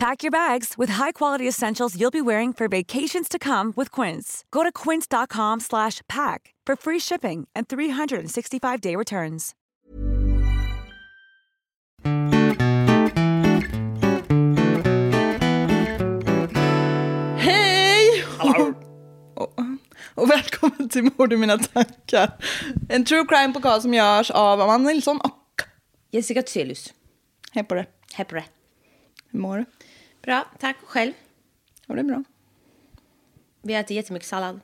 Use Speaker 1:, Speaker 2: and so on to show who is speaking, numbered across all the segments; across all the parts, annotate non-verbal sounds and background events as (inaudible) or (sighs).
Speaker 1: Pack your bags with high-quality essentials you'll be wearing for vacations to come with Quince. Go to quince.com/pack for free shipping and 365-day returns.
Speaker 2: Hej! Och, och välkommen till Mord i mina tankar. En true crime podcast som görs av Amanda Nilsson och
Speaker 3: Jessica Thyselius.
Speaker 2: hej på det.
Speaker 3: Hej på det.
Speaker 2: Hur mår du?
Speaker 3: Bra, tack. Själv?
Speaker 2: Ja, det är bra.
Speaker 3: Vi äter jättemycket sallad.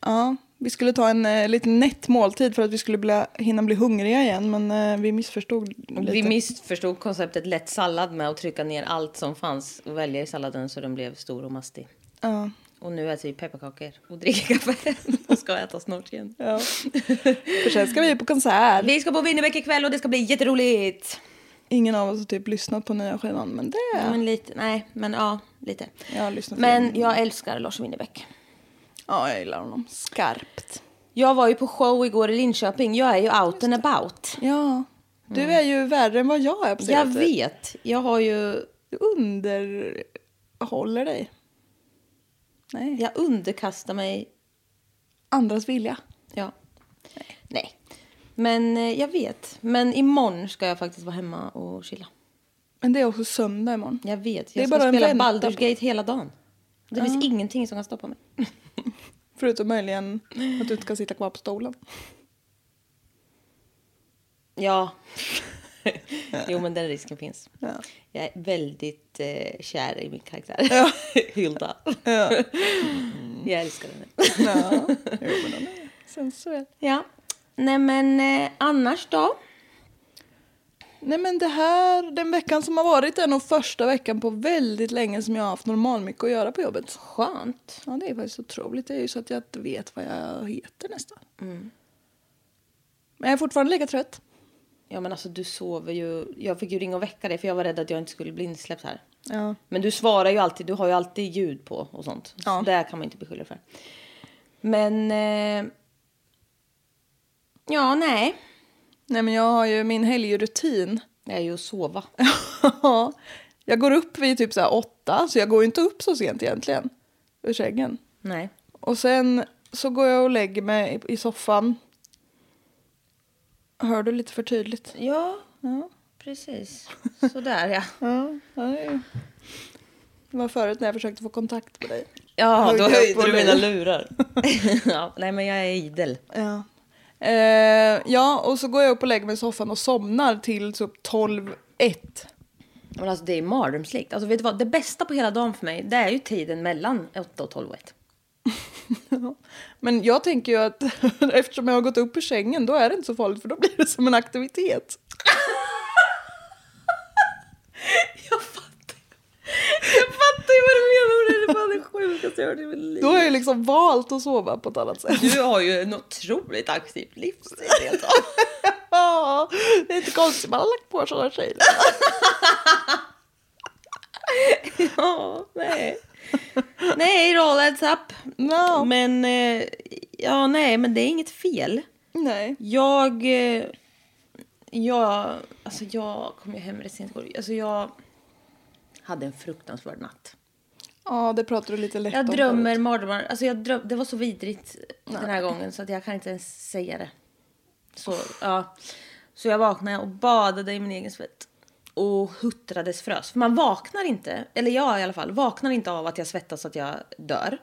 Speaker 2: Ja, vi skulle ta en eh, liten nätt måltid för att vi skulle bli, hinna bli hungriga igen, men eh, vi missförstod lite.
Speaker 3: Vi missförstod konceptet lätt sallad med att trycka ner allt som fanns och välja i salladen så den blev stor och mastig.
Speaker 2: ja,
Speaker 3: Och nu äter vi pepparkakor och dricker kaffe (laughs) och ska äta snart igen.
Speaker 2: ja. (laughs) För sen ska vi på konsert.
Speaker 3: Vi ska på Winnerbäck ikväll och det ska bli jätteroligt.
Speaker 2: Ingen av oss har typ lyssnat på nya skivan, men det...
Speaker 3: Ja. Men lite, nej, men ja, lite.
Speaker 2: Jag har lyssnat
Speaker 3: men
Speaker 2: igenom.
Speaker 3: jag älskar Lars Winnerbäck.
Speaker 2: Ja, jag gillar honom skarpt.
Speaker 3: Jag var ju på show igår i Linköping. Jag är ju out and about.
Speaker 2: Ja. Du är ju värre än vad jag är på
Speaker 3: Jag
Speaker 2: senaste.
Speaker 3: vet. Jag har ju...
Speaker 2: Du underhåller dig. Nej.
Speaker 3: Jag underkastar mig
Speaker 2: Andras vilja.
Speaker 3: Ja. Nej. Men eh, jag vet. Men imorgon ska jag faktiskt vara hemma och chilla.
Speaker 2: Men det är också söndag imorgon.
Speaker 3: Jag vet.
Speaker 2: Det är
Speaker 3: Jag ska
Speaker 2: bara en
Speaker 3: spela
Speaker 2: vänta
Speaker 3: Baldur's
Speaker 2: på-
Speaker 3: Gate hela dagen. Det finns ingenting som kan stoppa mig.
Speaker 2: Förutom möjligen att du inte ska sitta kvar på stolen.
Speaker 3: Ja. (laughs) jo, men den risken finns.
Speaker 2: Ja.
Speaker 3: Jag är väldigt eh, kär i min karaktär. (laughs) Hilda. (laughs) Jag älskar henne.
Speaker 2: Ja. Jo, men den är sensuell.
Speaker 3: Ja. Nej, men eh, annars då?
Speaker 2: Nej men det här, den veckan som har varit är nog första veckan på väldigt länge som jag har haft normal mycket att göra på jobbet.
Speaker 3: Skönt.
Speaker 2: Ja det är faktiskt otroligt, det är ju så att jag inte vet vad jag heter nästan. Men jag är fortfarande lika trött.
Speaker 3: Ja, men alltså du sover ju. Jag fick ju ringa och väcka dig för jag var rädd att jag inte skulle bli insläppt här.
Speaker 2: Ja.
Speaker 3: Men du svarar ju alltid, du har ju alltid ljud på och sånt.
Speaker 2: Ja.
Speaker 3: Så det kan man inte beskylla dig för. Men... Eh, ja, nej.
Speaker 2: Nej men jag har ju min helgrutin.
Speaker 3: Det är ju att sova.
Speaker 2: (laughs) Ja, jag går upp vid typ så här åtta, så jag går ju inte upp så sent egentligen ur sängen.
Speaker 3: nej.
Speaker 2: Och sen så går jag och lägger mig i, i soffan. Hör du lite för tydligt?
Speaker 3: Ja,
Speaker 2: Ja.
Speaker 3: (laughs) precis. Sådär ja.
Speaker 2: Ja, ja, det är ju- det var förut när jag försökte få kontakt med dig.
Speaker 3: Ja,
Speaker 2: Höjde
Speaker 3: då
Speaker 2: upp
Speaker 3: höjde du
Speaker 2: volymen.
Speaker 3: mina lurar. (laughs) ja, nej, men jag är idel.
Speaker 2: Ja. Eh, ja, och så går jag upp och lägger mig i soffan och somnar till typ 12, 1.
Speaker 3: Men alltså det är mardrömslikt. Alltså vet du vad, det bästa på hela dagen för mig, det är ju tiden mellan 8 och 12 och 1.
Speaker 2: Men jag tänker ju att (laughs) eftersom jag har gått upp ur sängen då är det inte så farligt för då blir det som en aktivitet.
Speaker 3: Jag fattar Jag fattar ju vad du menar, det är fan det sjukaste jag hört i mitt liv.
Speaker 2: Då har jag liksom valt att sova på ett annat sätt.
Speaker 3: Du har ju en otroligt aktiv livsstil. helt av.
Speaker 2: Ja, det är inte konstigt. Man har lagt på sådana tjejer.
Speaker 3: Ja, nej. Nej då, let's up.
Speaker 2: No.
Speaker 3: Men, eh, ja nej, men det är inget fel.
Speaker 2: Nej.
Speaker 3: Jag eh, Jag, alltså jag kom ju hem rätt sent igår. Alltså jag hade en fruktansvärd natt.
Speaker 2: Ja, det pratar du lite lätt
Speaker 3: Jag
Speaker 2: om
Speaker 3: drömmer
Speaker 2: förut.
Speaker 3: mardrömmar. Alltså jag dröm, det var så vidrigt den här gången så att jag kan inte ens säga det. Så, ja. så jag vaknade och badade i min egen svett. Och huttrades frös. För man vaknar inte, eller jag i alla fall, vaknar inte av att jag svettas så att jag dör.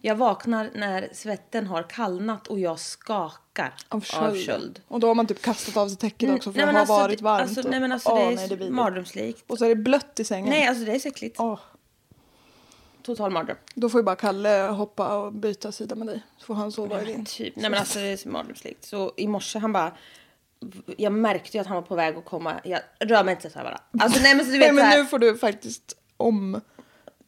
Speaker 3: Jag vaknar när svetten har kallnat och jag skakar
Speaker 2: Av köld.
Speaker 3: Av köld.
Speaker 2: Och då har man typ kastat av sig täcket också för
Speaker 3: Nej,
Speaker 2: det
Speaker 3: men
Speaker 2: har
Speaker 3: alltså,
Speaker 2: varit
Speaker 3: det-
Speaker 2: varmt.
Speaker 3: Alltså,
Speaker 2: och-
Speaker 3: nej men alltså
Speaker 2: Åh,
Speaker 3: det är,
Speaker 2: nej,
Speaker 3: så
Speaker 2: vidrigt.
Speaker 3: mardrömslikt.
Speaker 2: Och så är det blött i sängen.
Speaker 3: Nej alltså det är så äckligt.
Speaker 2: Åh,
Speaker 3: Total mardröm.
Speaker 2: då får ju bara Kalle hoppa och byta sida med dig. Så får han sova i din.
Speaker 3: Typ. Nej men alltså det är så mardrömslikt. Så i morse han bara. Jag märkte ju att han var på väg att komma. Jag rör mig inte så här bara. Alltså nej men så du
Speaker 2: (laughs) Nej
Speaker 3: vet
Speaker 2: men
Speaker 3: så här,
Speaker 2: nu får du faktiskt om...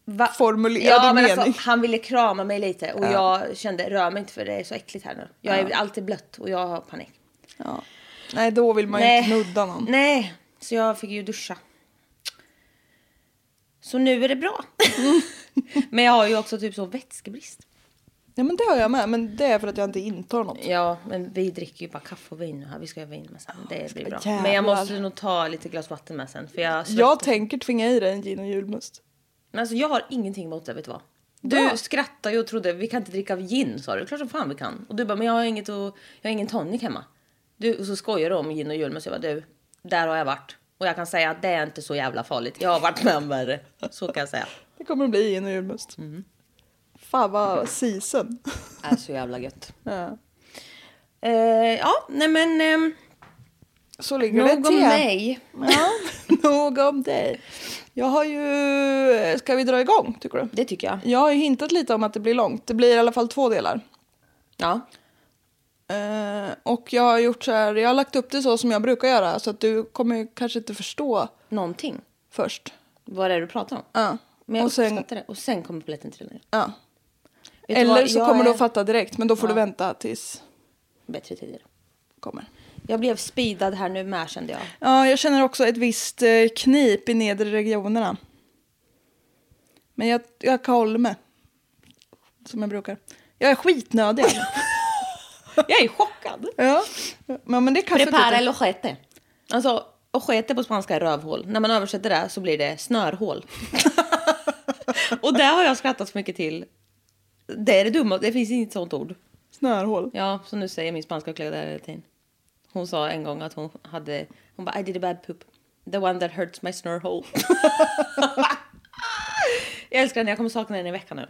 Speaker 3: va-
Speaker 2: formulera
Speaker 3: ja,
Speaker 2: din
Speaker 3: men
Speaker 2: mening.
Speaker 3: Alltså, han ville krama mig lite och jag kände rör mig inte för det är så äckligt här nu. Jag är alltid blött och jag har panik.
Speaker 2: Ja. Nej då vill man ju inte nudda någon.
Speaker 3: Nej, så jag fick ju duscha. Så nu är
Speaker 2: (laughs)
Speaker 3: det bra. men jag har ju också typ så vätskebrist.
Speaker 2: Ja men det har jag med. Men det är för att jag inte intar något.
Speaker 3: Ja, men vi dricker ju bara kaffe och vin nu här. Vi ska ha vin med sen. Det blir bra.
Speaker 2: jävlar.
Speaker 3: Men jag måste nog ta lite glas vatten med sen. För jag,
Speaker 2: Jag tänker tvinga i dig en gin och julmust.
Speaker 3: men alltså, jag har ingenting emot det, vet du vad? Du
Speaker 2: Bra.
Speaker 3: skrattade ju och trodde vi kan inte dricka gin, sa du. Klart som fan vi kan. Och du bara, men jag har, inget och, jag har ingen tonic hemma. Du, och så skojar du om gin och julmust. Jag bara, du, där har jag varit. Och jag kan säga att det är inte så jävla farligt. Jag har varit med om värre. Så kan jag säga.
Speaker 2: Det kommer att bli gin och julmust.
Speaker 3: Mm.
Speaker 2: Fan vad season.
Speaker 3: är så jävla gött.
Speaker 2: Ja.
Speaker 3: Eh, ja, nej men. ehm,
Speaker 2: Så ligger det
Speaker 3: nog om
Speaker 2: till.
Speaker 3: mig. (laughs)
Speaker 2: Ja, nog om dig. Jag har ju... Ska vi dra igång tycker du?
Speaker 3: Det tycker jag.
Speaker 2: Jag har ju hintat lite om att det blir långt. Det blir i alla fall två delar.
Speaker 3: Ja.
Speaker 2: Eh, och jag har gjort så här, jag har lagt upp det så som jag brukar göra så att du kommer ju kanske inte förstå
Speaker 3: Någonting.
Speaker 2: först.
Speaker 3: Vad är det du pratar om?
Speaker 2: Ja.
Speaker 3: Men jag
Speaker 2: Och sen-
Speaker 3: uppskattar det. Och sen kommer polletten trilla ner.
Speaker 2: Ja.
Speaker 3: Vet du
Speaker 2: Eller
Speaker 3: vad?
Speaker 2: så
Speaker 3: Jag
Speaker 2: kommer du
Speaker 3: är-
Speaker 2: att fatta direkt men då får du vänta tills
Speaker 3: Bättre tider.
Speaker 2: kommer.
Speaker 3: Jag blev speedad här nu med
Speaker 2: (laughs)
Speaker 3: kände jag.
Speaker 2: Ja, jag känner också ett visst eh, knip i nedre regionerna. Men jag, jag kan hålla med. Som jag brukar. Jag är
Speaker 3: (laughs)
Speaker 2: skitnödig.
Speaker 3: Jag är chockad.
Speaker 2: ja. ja, men det är kaffet.
Speaker 3: Prepara
Speaker 2: vet du.
Speaker 3: el ojete. Alltså, ojete på spanska är rövhål. När man översätter det så blir
Speaker 2: (laughs)
Speaker 3: det snörhål. och det har jag skrattat så mycket till. Det är det dumma. Det finns inget sånt ord.
Speaker 2: Snörhål.
Speaker 3: Ja, så nu säger min spanska klädare hela tiden. Hon sa en gång att hon hade... Hon bara, I did a bad poop. The one that hurts my snore (laughs) hole. jag älskar henne, jag kommer sakna henne i veckan nu.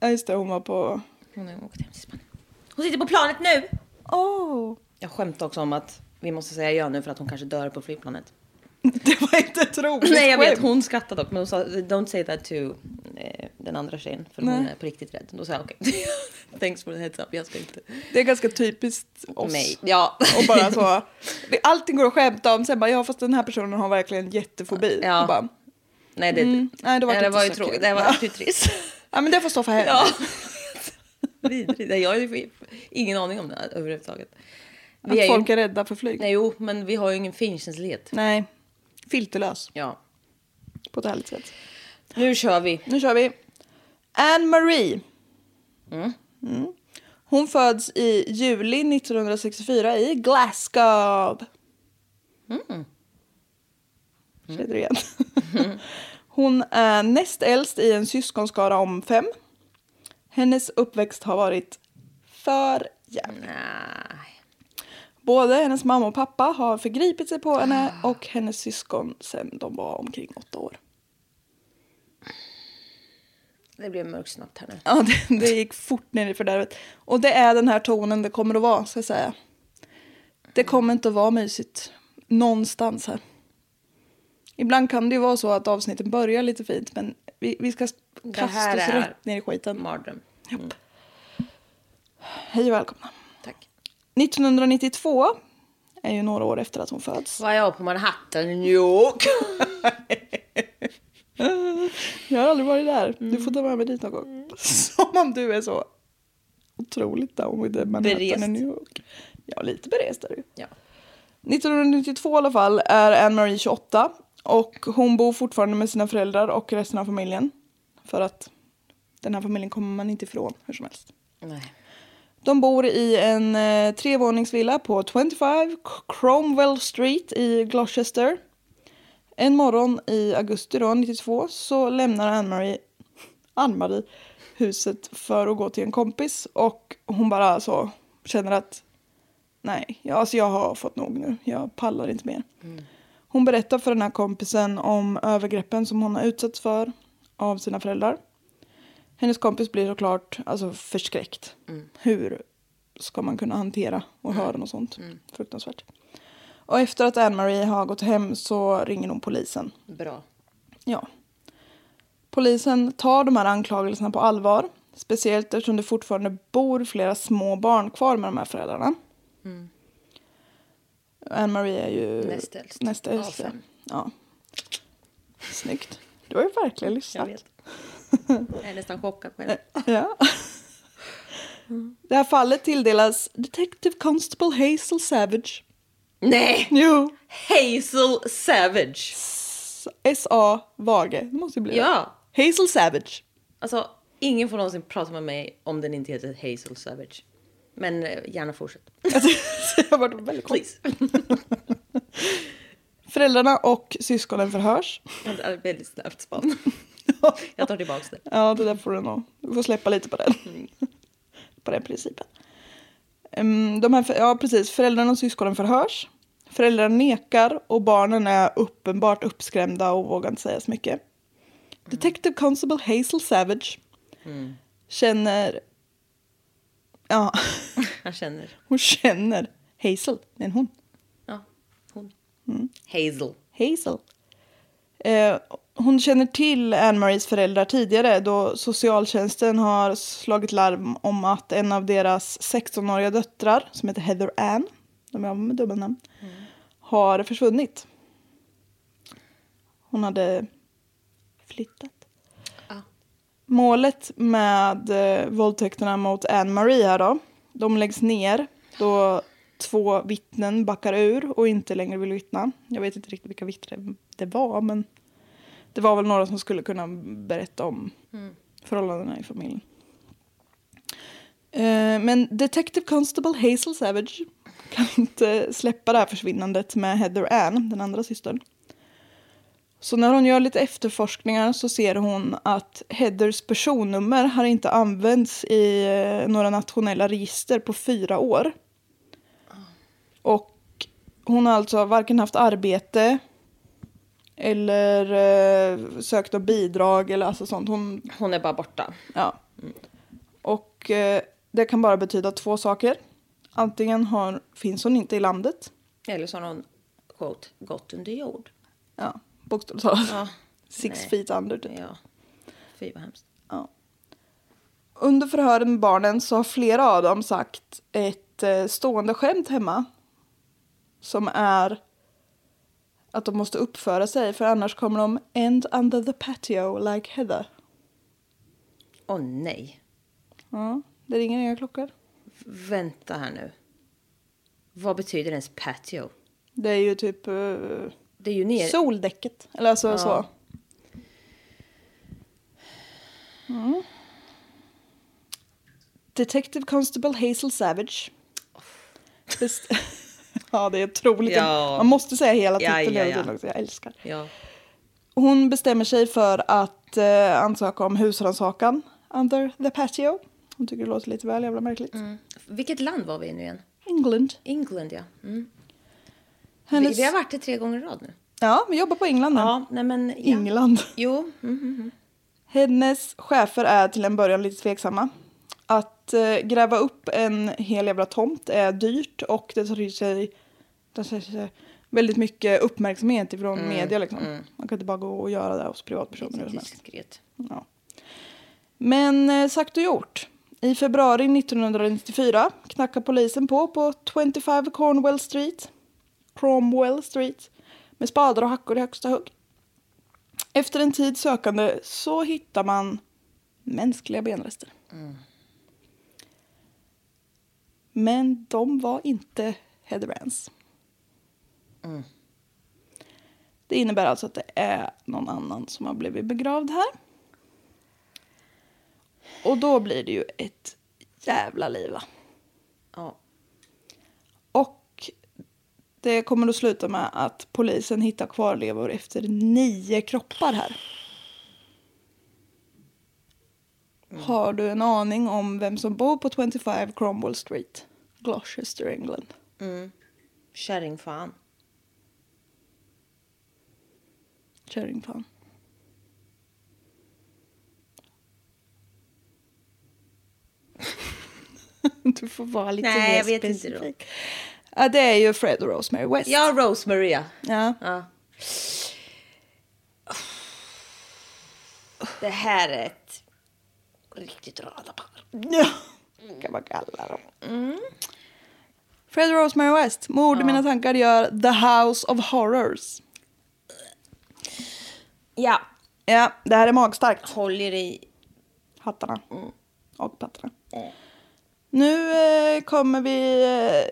Speaker 2: Ja, just det. Hon var på...
Speaker 3: Hon har åkt hem till Spanien. Hon sitter på planet nu!
Speaker 2: Åh!
Speaker 3: Jag skämtade också om att vi måste säga ja nu för att hon kanske dör på flygplanet.
Speaker 2: (laughs) Det var inte ett roligt
Speaker 3: (laughs) Nej jag vet,
Speaker 2: skämt.
Speaker 3: hon skrattade dock men hon sa don't say that to eh, den andra tjejen för hon
Speaker 2: Nej.
Speaker 3: är på riktigt rädd. Då sa jag okej, (laughs) thanks for the heads up, jag ska inte.
Speaker 2: Det är ganska typiskt oss.
Speaker 3: Nej, ja.
Speaker 2: Och bara
Speaker 3: (laughs)
Speaker 2: så. det- Allting går att skämta om. Sen bara, ja fast den här personen har verkligen jättefobi.
Speaker 3: Ja.
Speaker 2: Och bara,
Speaker 3: Nej det,
Speaker 2: Mm, nej, det var
Speaker 3: Nej,
Speaker 2: inte
Speaker 3: var ju
Speaker 2: så kul.
Speaker 3: tråkigt, det var
Speaker 2: (laughs)
Speaker 3: ju trist.
Speaker 2: ja men det får stå för henne.
Speaker 3: Ja. (laughs) Vidrigt. Nej, Jag har ju ingen aning om det här överhuvudtaget.
Speaker 2: Att
Speaker 3: Vi är
Speaker 2: folk
Speaker 3: ju...
Speaker 2: är rädda för flyg.
Speaker 3: Nej, jo, men vi har ju ingen finkänslighet.
Speaker 2: Nej. Filterlös
Speaker 3: Ja.
Speaker 2: på ett härligt sätt.
Speaker 3: Nu kör vi.
Speaker 2: Nu kör vi. Anne Marie. Mm. Hon föds i juli 1964 i Glasgow. Mm. Känner du igen? (laughs) Hon är näst äldst i en syskonskara om fem. Hennes uppväxt har varit för jävlig.
Speaker 3: Nej.
Speaker 2: Både hennes mamma och pappa har förgripit sig på henne och hennes syskon sedan de var omkring åtta år.
Speaker 3: Det blev mörkt snabbt här nu.
Speaker 2: Ja, det, det gick fort ner i fördärvet. Och det är den här tonen det kommer att vara, ska jag säga. Det kommer inte att vara mysigt någonstans här. Ibland kan det ju vara så att avsnitten börjar lite fint, men vi, vi ska kasta
Speaker 3: här
Speaker 2: oss
Speaker 3: är-
Speaker 2: rätt ner i skiten.
Speaker 3: Mardröm.
Speaker 2: Hej och välkomna.
Speaker 3: Tack.
Speaker 2: 1992 är ju några år efter att hon föds.
Speaker 3: Var jag på Manhattan i New York? (laughs)
Speaker 2: Jag har aldrig varit där. Du får ta med mig dit någon gång.
Speaker 3: Mm.
Speaker 2: Som om du är så otroligt down with the Manhattan
Speaker 3: Berest.
Speaker 2: i New York. Ja, lite berest är du.
Speaker 3: Ja.
Speaker 2: 1992 i alla fall är Anne Marie 28 och hon bor fortfarande med sina föräldrar och resten av familjen. För att den här familjen kommer man inte ifrån hur som helst.
Speaker 3: Nej.
Speaker 2: De bor i en eh, trevåningsvilla på 25 Cromwell Street i Gloucester. En morgon i augusti då, 92 så lämnar Ann-Marie Ann-Marie huset för att gå till en kompis och hon bara så känner att nej, jag, alltså jag har fått nog nu. Jag pallar inte mer. Hon berättar för den här kompisen om övergreppen som hon har utsatts för av sina föräldrar. Hennes kompis blir såklart alltså, förskräckt.
Speaker 3: Mm.
Speaker 2: Hur ska man kunna hantera och höra något sånt?
Speaker 3: Mm.
Speaker 2: Fruktansvärt. Och efter att Anne-Marie har gått hem så ringer hon polisen.
Speaker 3: Bra.
Speaker 2: Ja. Polisen tar de här anklagelserna på allvar. Speciellt eftersom det fortfarande bor flera små barn kvar med de här föräldrarna. Anne-Marie är ju
Speaker 3: Mm. Näst äldst.
Speaker 2: näst äldst,
Speaker 3: Av
Speaker 2: ja.
Speaker 3: fem.
Speaker 2: ja. Snyggt. Du har ju verkligen lyssnat.
Speaker 3: Jag vet.
Speaker 2: (laughs)
Speaker 3: Jag är nästan chockad själv.
Speaker 2: Ja. Det här fallet tilldelas Detective Constable Hazel Savage.
Speaker 3: Nej!
Speaker 2: Jo.
Speaker 3: Hazel Savage.
Speaker 2: S.A. Vage. Det måste ju bli
Speaker 3: Ja.
Speaker 2: det. Hazel Savage.
Speaker 3: Alltså, ingen får någonsin prata med mig om den inte heter Hazel Savage. Men eh,
Speaker 2: (laughs)
Speaker 3: gärna fortsätt.
Speaker 2: Alltså, det har varit väldigt konstigt.
Speaker 3: Please.
Speaker 2: Föräldrarna och syskonen förhörs.
Speaker 3: Det är väldigt
Speaker 2: (laughs)
Speaker 3: snabbt span. Jag tar tillbaka det.
Speaker 2: Ja, det där får du nog. Du får släppa lite på den. (laughs) på den principen. Ehm, de här, för- ja, precis. Föräldrarna och syskonen förhörs. Föräldrarna nekar och barnen är uppenbart uppskrämda och vågar inte säga så mycket. Detective Constable Hazel Savage känner... Ja, (laughs)
Speaker 3: Jag känner.
Speaker 2: hon känner Hazel. Det är en hon.
Speaker 3: Ja, hon.
Speaker 2: Mm.
Speaker 3: Hazel.
Speaker 2: Hazel. Eh, hon känner till Anne-Maries föräldrar tidigare då socialtjänsten har slagit larm om att en av deras 16-åriga döttrar, som heter Heather Ann, de är av med dubbelnamn, har försvunnit. Hon hade flyttat. Målet med eh, våldtäkterna mot Anne-Marie här då, de läggs ner då två vittnen backar ur och inte längre vill vittna. Jag vet inte riktigt vilka vittnen det var, men det var väl några som skulle kunna berätta om förhållandena i familjen. Eh, Men Detective Constable Hazel Savage kan inte släppa det här försvinnandet med Heather Ann, den andra systern. Så när hon gör lite efterforskningar så ser hon att Heathers personnummer har inte använts i eh, några nationella register på fyra år. Och hon har alltså varken haft arbete eller eh, sökt om bidrag eller alltså sånt. Hon,
Speaker 3: Hon är bara borta.
Speaker 2: ja. Och eh, det kan bara betyda två saker. Antingen har, finns hon inte i landet.
Speaker 3: Eller så har hon, quote, gått under jord.
Speaker 2: Ja, bokstavligt talat.
Speaker 3: Ja.
Speaker 2: Six
Speaker 3: nej.
Speaker 2: feet under typ.
Speaker 3: Ja. Fy vad hemskt.
Speaker 2: Under förhören med barnen så har flera av dem sagt ett eh, stående skämt hemma. Som är att de måste uppföra sig för annars kommer de end under the patio like Heather.
Speaker 3: Åh nej.
Speaker 2: Ja, det ringer inga klockor.
Speaker 3: Vänta här nu. Vad betyder ens patio?
Speaker 2: Det är ju typ eh,
Speaker 3: Det är ju ner...
Speaker 2: soldäcket. Eller alltså så. Mm. Detective Constable Hazel Savage. Best- (laughs) ja, det är otroligt.
Speaker 3: Ja.
Speaker 2: Man måste säga hela
Speaker 3: Ja,
Speaker 2: titeln
Speaker 3: ja,
Speaker 2: hela
Speaker 3: ja.
Speaker 2: tiden också. Jag älskar.
Speaker 3: Ja.
Speaker 2: Hon bestämmer sig för att eh, ansöka om husrannsakan under the patio. Hon tycker det låter lite väl jävla märkligt.
Speaker 3: Mm. Vilket land var vi i nu igen?
Speaker 2: England.
Speaker 3: England, ja. Mm.
Speaker 2: Hennes...
Speaker 3: Vi, vi har varit det tre gånger i rad nu.
Speaker 2: Ja, vi jobbar på England nu.
Speaker 3: Ja, nej men... Ja.
Speaker 2: England.
Speaker 3: Jo. Mm.
Speaker 2: Hennes chefer är till en början lite tveksamma. Att eh, gräva upp en hel jävla tomt är dyrt och det tar till sig, det tar till sig väldigt mycket uppmärksamhet ifrån media. Liksom. Man kan inte bara gå och göra det hos privatpersoner. hur som helst.
Speaker 3: Diskret.
Speaker 2: Ja. Men eh, sagt och gjort. I februari 1994 knackar polisen på på 25 Cornwell Street, Cromwell Street med spadar och hackor i högsta hugg. Efter en tid sökande så hittar man mänskliga benrester. Men de var inte Heather Anns. Det innebär alltså att det är någon annan som har blivit begravd här. Och då blir det ju ett jävla liv va?
Speaker 3: Ja.
Speaker 2: Och det kommer att sluta med att polisen hittar kvarlevor efter nio kroppar här. Har du en aning om vem som bor på 25 Cromwell Street, Gloucester, England?
Speaker 3: Kärringfan.
Speaker 2: Kärringfan. (laughs) Du får vara lite
Speaker 3: Nej,
Speaker 2: mer
Speaker 3: jag vet inte då.
Speaker 2: specifik. Ja, det är ju Fred och Rosemary West.
Speaker 3: Ja, Rose Maria.
Speaker 2: Ja.
Speaker 3: Ja. Det här är ett riktigt radarpar.
Speaker 2: Ja, Mm. kan man kalla dem. Fred Rosemary West, Mord i mina tankar gör The House of Horrors.
Speaker 3: Ja,
Speaker 2: Ja, det här är magstarkt.
Speaker 3: håll er i.
Speaker 2: Hattarna.
Speaker 3: Mm,
Speaker 2: Och pattarna. Nu eh, kommer vi,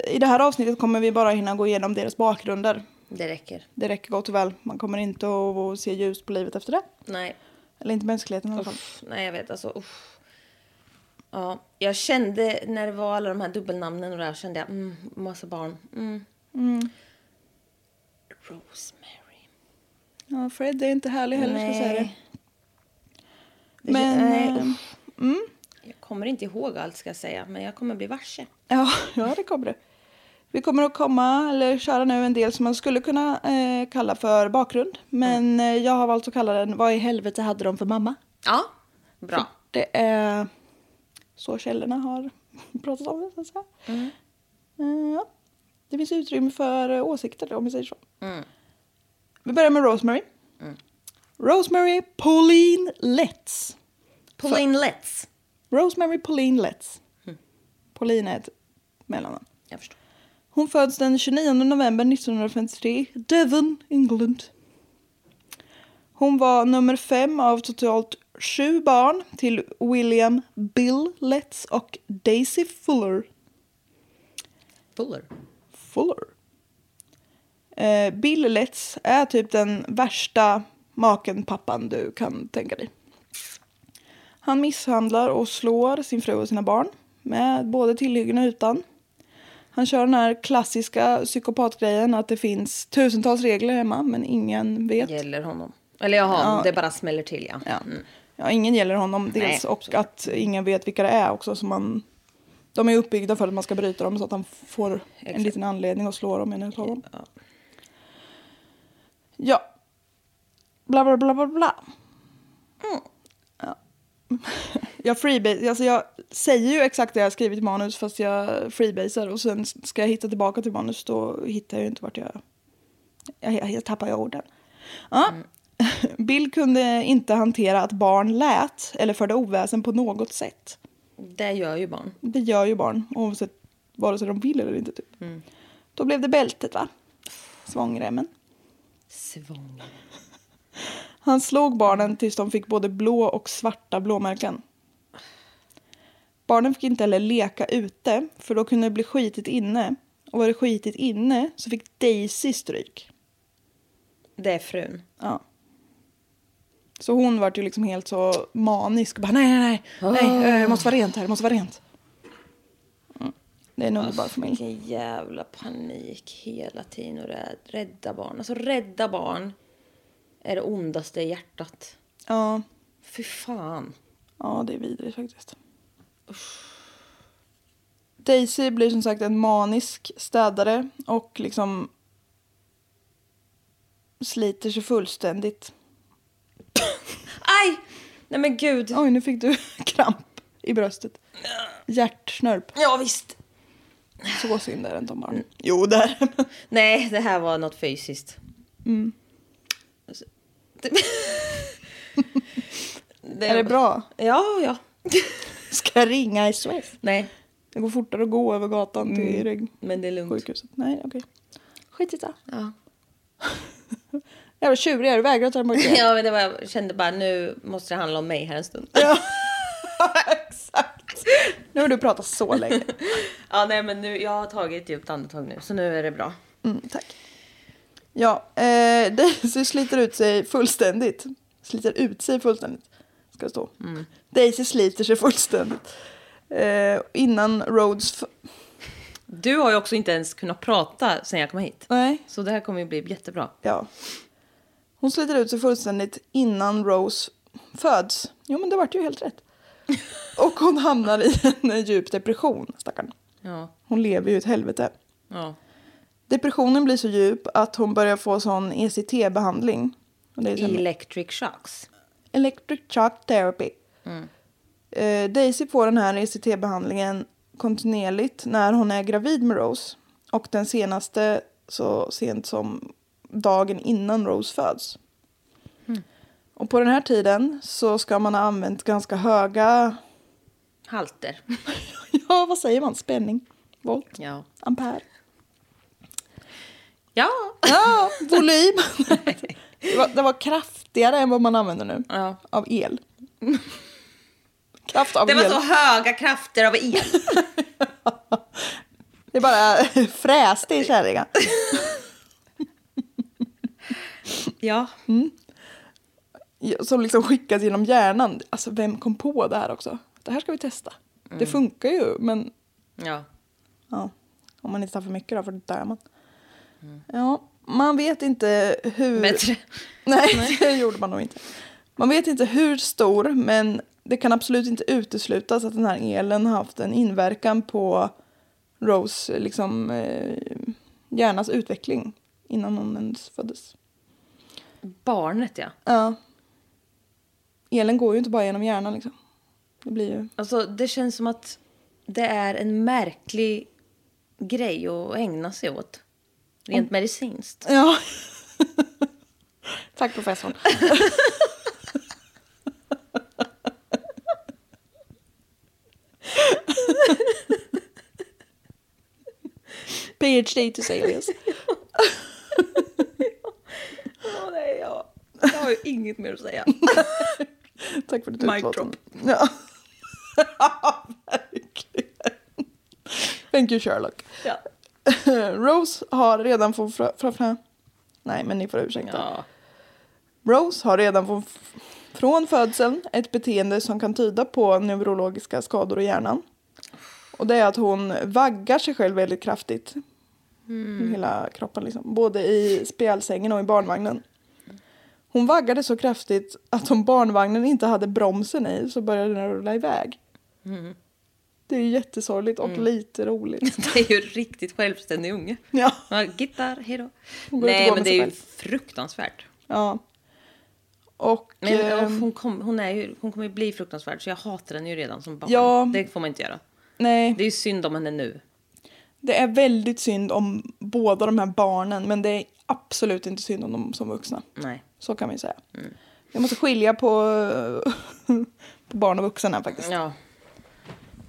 Speaker 2: eh, i det här avsnittet kommer vi bara hinna gå igenom deras bakgrunder.
Speaker 3: Det räcker.
Speaker 2: Det räcker gott och väl. Man kommer inte att att se ljus på livet efter det.
Speaker 3: Nej,
Speaker 2: Eller inte mänskligheten i alla fall.
Speaker 3: uff, nej jag vet alltså. Uff. Ja, jag kände när det var alla de här dubbelnamnen och det här kände jag mm, massa barn. Mm. Rosemary.
Speaker 2: Ja, Fred är inte härlig heller ska jag säga det.
Speaker 3: Nej. Det-
Speaker 2: Men,
Speaker 3: nej,
Speaker 2: eh,
Speaker 3: uff. Jag kommer inte ihåg allt ska jag säga, men jag kommer bli varse.
Speaker 2: Ja, (laughs) ja det kommer det. Vi kommer att komma, eller köra nu en del som man skulle kunna eh, kalla för bakgrund. Men eh, jag har valt att kalla den Vad i helvete hade de för mamma?
Speaker 3: Ja, bra.
Speaker 2: Det är så källorna har (laughs) pratat om det. Så att säga. Eh, ja. Det finns utrymme för eh, åsikter om vi säger så. Vi börjar med Rosemary. Rosemary Pauline Letts.
Speaker 3: Pauline Letts.
Speaker 2: Rosemary Pauline Letts. Pauline är ett mellannamn.
Speaker 3: Jag förstår.
Speaker 2: Hon föds den 29 november 1953 i Devon, England. Hon var nummer fem av totalt sju barn till William Bill Letts och Daisy Fuller.
Speaker 3: Fuller.
Speaker 2: Fuller. Eh, Bill Letts är typ den värsta maken pappan du kan tänka dig. Han misshandlar och slår sin fru och sina barn med både tillhyggen och utan. Han kör den här klassiska psykopatgrejen att det finns tusentals regler hemma men ingen vet.
Speaker 3: Gäller honom. Eller jaha, det bara smäller till ja. Mm.
Speaker 2: Ja. ja, ingen gäller honom.
Speaker 3: Nej,
Speaker 2: Dels och att ingen vet vilka det är också. Så man, de är uppbyggda för att man ska bryta dem så att han får en
Speaker 3: Exakt.
Speaker 2: liten anledning att slå dem enligt honom. Ja. Bla, bla, bla, bla, bla. Ja. (laughs) jag freebase, alltså jag säger ju exakt det jag har skrivit i manus fast jag freebasar och sen ska jag hitta tillbaka till manus då hittar jag ju inte vart jag... Jag, jag, jag tappar ju orden. Ja. (laughs) Bill kunde inte hantera att barn lät eller förde oväsen på något sätt.
Speaker 3: Det gör ju barn.
Speaker 2: Det gör ju barn, oavsett vare sig de vill eller inte. Typ. Då blev det bältet, va? Svångremmen.
Speaker 3: Svång.
Speaker 2: Han slog barnen tills de fick både blå och svarta blåmärken. Barnen fick inte heller leka ute, för då kunde det bli skitigt inne. Och var det skitigt inne så fick Daisy stryk.
Speaker 3: Det är frun.
Speaker 2: Ja. Så hon vart ju liksom helt så manisk. Bara, nej, nej, nej, nej, eh, det måste vara rent här, det måste vara rent. Mm. Det är en underbar familj.
Speaker 3: Vilken jävla panik hela tiden och rädd. rädda barn. Alltså rädda barn är det ondaste i hjärtat.
Speaker 2: Ja,
Speaker 3: Fy fan.
Speaker 2: ja det är vidrigt faktiskt. Daisy blir som sagt en manisk städare och liksom sliter sig fullständigt.
Speaker 3: Aj! Nej men gud.
Speaker 2: Oj, nu fick du (laughs) kramp i bröstet. Hjärtsnörp.
Speaker 3: Ja visst.
Speaker 2: Så synd är det inte om barn. Mm. Jo, det är det.
Speaker 3: Nej, det här var något fysiskt.
Speaker 2: Mm. (laughs)
Speaker 3: Alltså, det...
Speaker 2: Är det bra?
Speaker 3: Ja, ja.
Speaker 2: Ska jag ringa SOS?
Speaker 3: Nej,
Speaker 2: Det går fortare att gå över gatan till rygg.
Speaker 3: men det är lugnt.
Speaker 2: sjukhuset. Nej, okej. Mm. Skit i det.
Speaker 3: Ja.
Speaker 2: Jävla tjurig är du, vägrar ta emot (laughs) det.
Speaker 3: Ja, men det var, jag kände bara nu måste det handla om mig här en stund.
Speaker 2: Exakt. Nu har du pratat så länge.
Speaker 3: Ja, nej, men nu, jag har tagit ett djupt andetag nu, så nu är det bra.
Speaker 2: Mm, tack. Ja, eh, (laughs) Daisy sliter ut sig fullständigt. Sliter ut sig fullständigt. Ska det stå. Daisy sliter sig fullständigt. Eh, innan Rhodes... f-
Speaker 3: Du har ju också inte ens kunnat prata sen jag kom hit.
Speaker 2: Nej.
Speaker 3: Så det här kommer ju bli jättebra.
Speaker 2: Ja. Hon sliter ut sig fullständigt innan Rose föds. Jo, men det vart ju helt rätt. Och hon hamnar i en djup depression, stackarn.
Speaker 3: Ja,
Speaker 2: Hon lever ju ett helvete.
Speaker 3: ja.
Speaker 2: Depressionen blir så djup att hon börjar få sån ECT-behandling. Och det är sån-
Speaker 3: Electric shocks.
Speaker 2: Electric shock therapy.
Speaker 3: Mm.
Speaker 2: Eh, Daisy får den här ECT-behandlingen kontinuerligt när hon är gravid med Rose. Och den senaste så sent som dagen innan Rose föds.
Speaker 3: Mm.
Speaker 2: Och på den här tiden så ska man ha använt ganska höga, (laughs)
Speaker 3: Halter.
Speaker 2: ja vad säger man, spänning, volt,
Speaker 3: Ja.
Speaker 2: ampere,
Speaker 3: Ja. (laughs)
Speaker 2: ja, volym. det, var, det var kraftigare än vad man använder nu
Speaker 3: Ja.
Speaker 2: av
Speaker 3: (laughs)
Speaker 2: el. Kraft av
Speaker 3: Det var
Speaker 2: el.
Speaker 3: så höga krafter av el.
Speaker 2: Det bara (laughs) fräste i kärringen.
Speaker 3: (laughs) Ja.
Speaker 2: Som liksom skickas genom hjärnan. Alltså vem kom på det här också? Det här ska vi testa. Det funkar ju men
Speaker 3: Ja.
Speaker 2: Mm. ja, Mm. om man inte tar för mycket då för då dör man. Ja, man vet inte hur...
Speaker 3: Bättre.
Speaker 2: (laughs) Nej, det gjorde man nog inte. Man vet inte hur stor men det kan absolut inte uteslutas att den här elen har haft en inverkan på Rose liksom, eh, hjärnas utveckling innan hon ens föddes.
Speaker 3: Barnet ja.
Speaker 2: Ja. Elen går ju inte bara genom hjärnan liksom. Det blir ju...
Speaker 3: Alltså det känns som att det är en märklig grej att ägna sig åt. Rent medicinskt.
Speaker 2: Ja. Tack professorn. PhD to Salius.
Speaker 3: (laughs) Ja, det är jag. Jag har ju inget mer att säga.
Speaker 2: (laughs) Tack för ditt
Speaker 3: Mic
Speaker 2: utlåtande.
Speaker 3: drop.
Speaker 2: (laughs) Ja. Verkligen. Thank you Sherlock.
Speaker 3: (laughs)
Speaker 2: (laughs)
Speaker 3: Ja.
Speaker 2: Rose har redan från... Fra, fra, fra. Nej, men ni får ursäkta. Rose har redan från, från födseln ett beteende som kan tyda på neurologiska skador i hjärnan. Och det är att hon vaggar sig själv väldigt kraftigt.
Speaker 3: Mm.
Speaker 2: I hela kroppen liksom. Både i spjälsängen och i barnvagnen. Hon vaggade så kraftigt att om barnvagnen inte hade bromsen i så började den rulla iväg.
Speaker 3: Mm.
Speaker 2: Det är ju jättesorgligt och lite roligt.
Speaker 3: (laughs) Det är ju en riktigt självständig unge.
Speaker 2: Ja.
Speaker 3: Ja, gitarr, hejdå.
Speaker 2: Hon går ut och
Speaker 3: Nej,
Speaker 2: går
Speaker 3: men
Speaker 2: med
Speaker 3: det
Speaker 2: sig
Speaker 3: är ju
Speaker 2: själv.
Speaker 3: fruktansvärt.
Speaker 2: Ja. Och...
Speaker 3: Men ja,
Speaker 2: ehm,
Speaker 3: hon, kom, hon, är ju, hon kommer ju bli fruktansvärd, så jag hatar henne ju redan som barn.
Speaker 2: Ja.
Speaker 3: Det får man inte göra.
Speaker 2: nej.
Speaker 3: Det är ju synd om henne nu.
Speaker 2: Det är väldigt synd om båda de här barnen men det är absolut inte synd om dem som vuxna.
Speaker 3: Nej.
Speaker 2: Så kan man ju säga. Jag måste skilja på, (laughs) på barn och vuxna här faktiskt.
Speaker 3: Ja.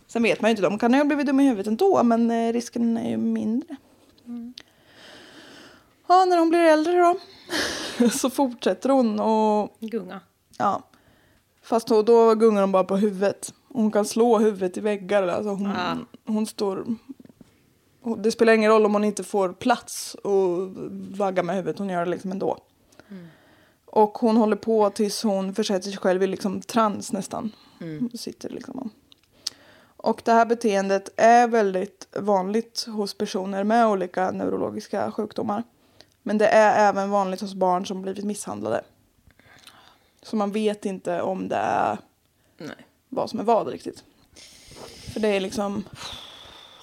Speaker 2: Sen vet man ju inte, de kan ju ha blivit dumma i huvudet ändå men eh, risken är ju mindre. Ja, när hon blir äldre då (laughs) så fortsätter hon och
Speaker 3: Gunga.
Speaker 2: ja. Fast då, då gungar hon bara på huvudet. Hon kan slå huvudet i väggar. Alltså hon,
Speaker 3: Ah.
Speaker 2: hon står... och Det spelar ingen roll om hon inte får plats och vagga med huvudet. Hon gör det liksom ändå. Och hon håller på tills hon försätter sig själv i liksom trans nästan. Hon Sitter liksom och... Och det här beteendet är väldigt vanligt hos personer med olika neurologiska sjukdomar. Men det är även vanligt hos barn som blivit misshandlade. Så man vet inte om det är
Speaker 3: Nej.
Speaker 2: vad som är vad riktigt. För det är liksom...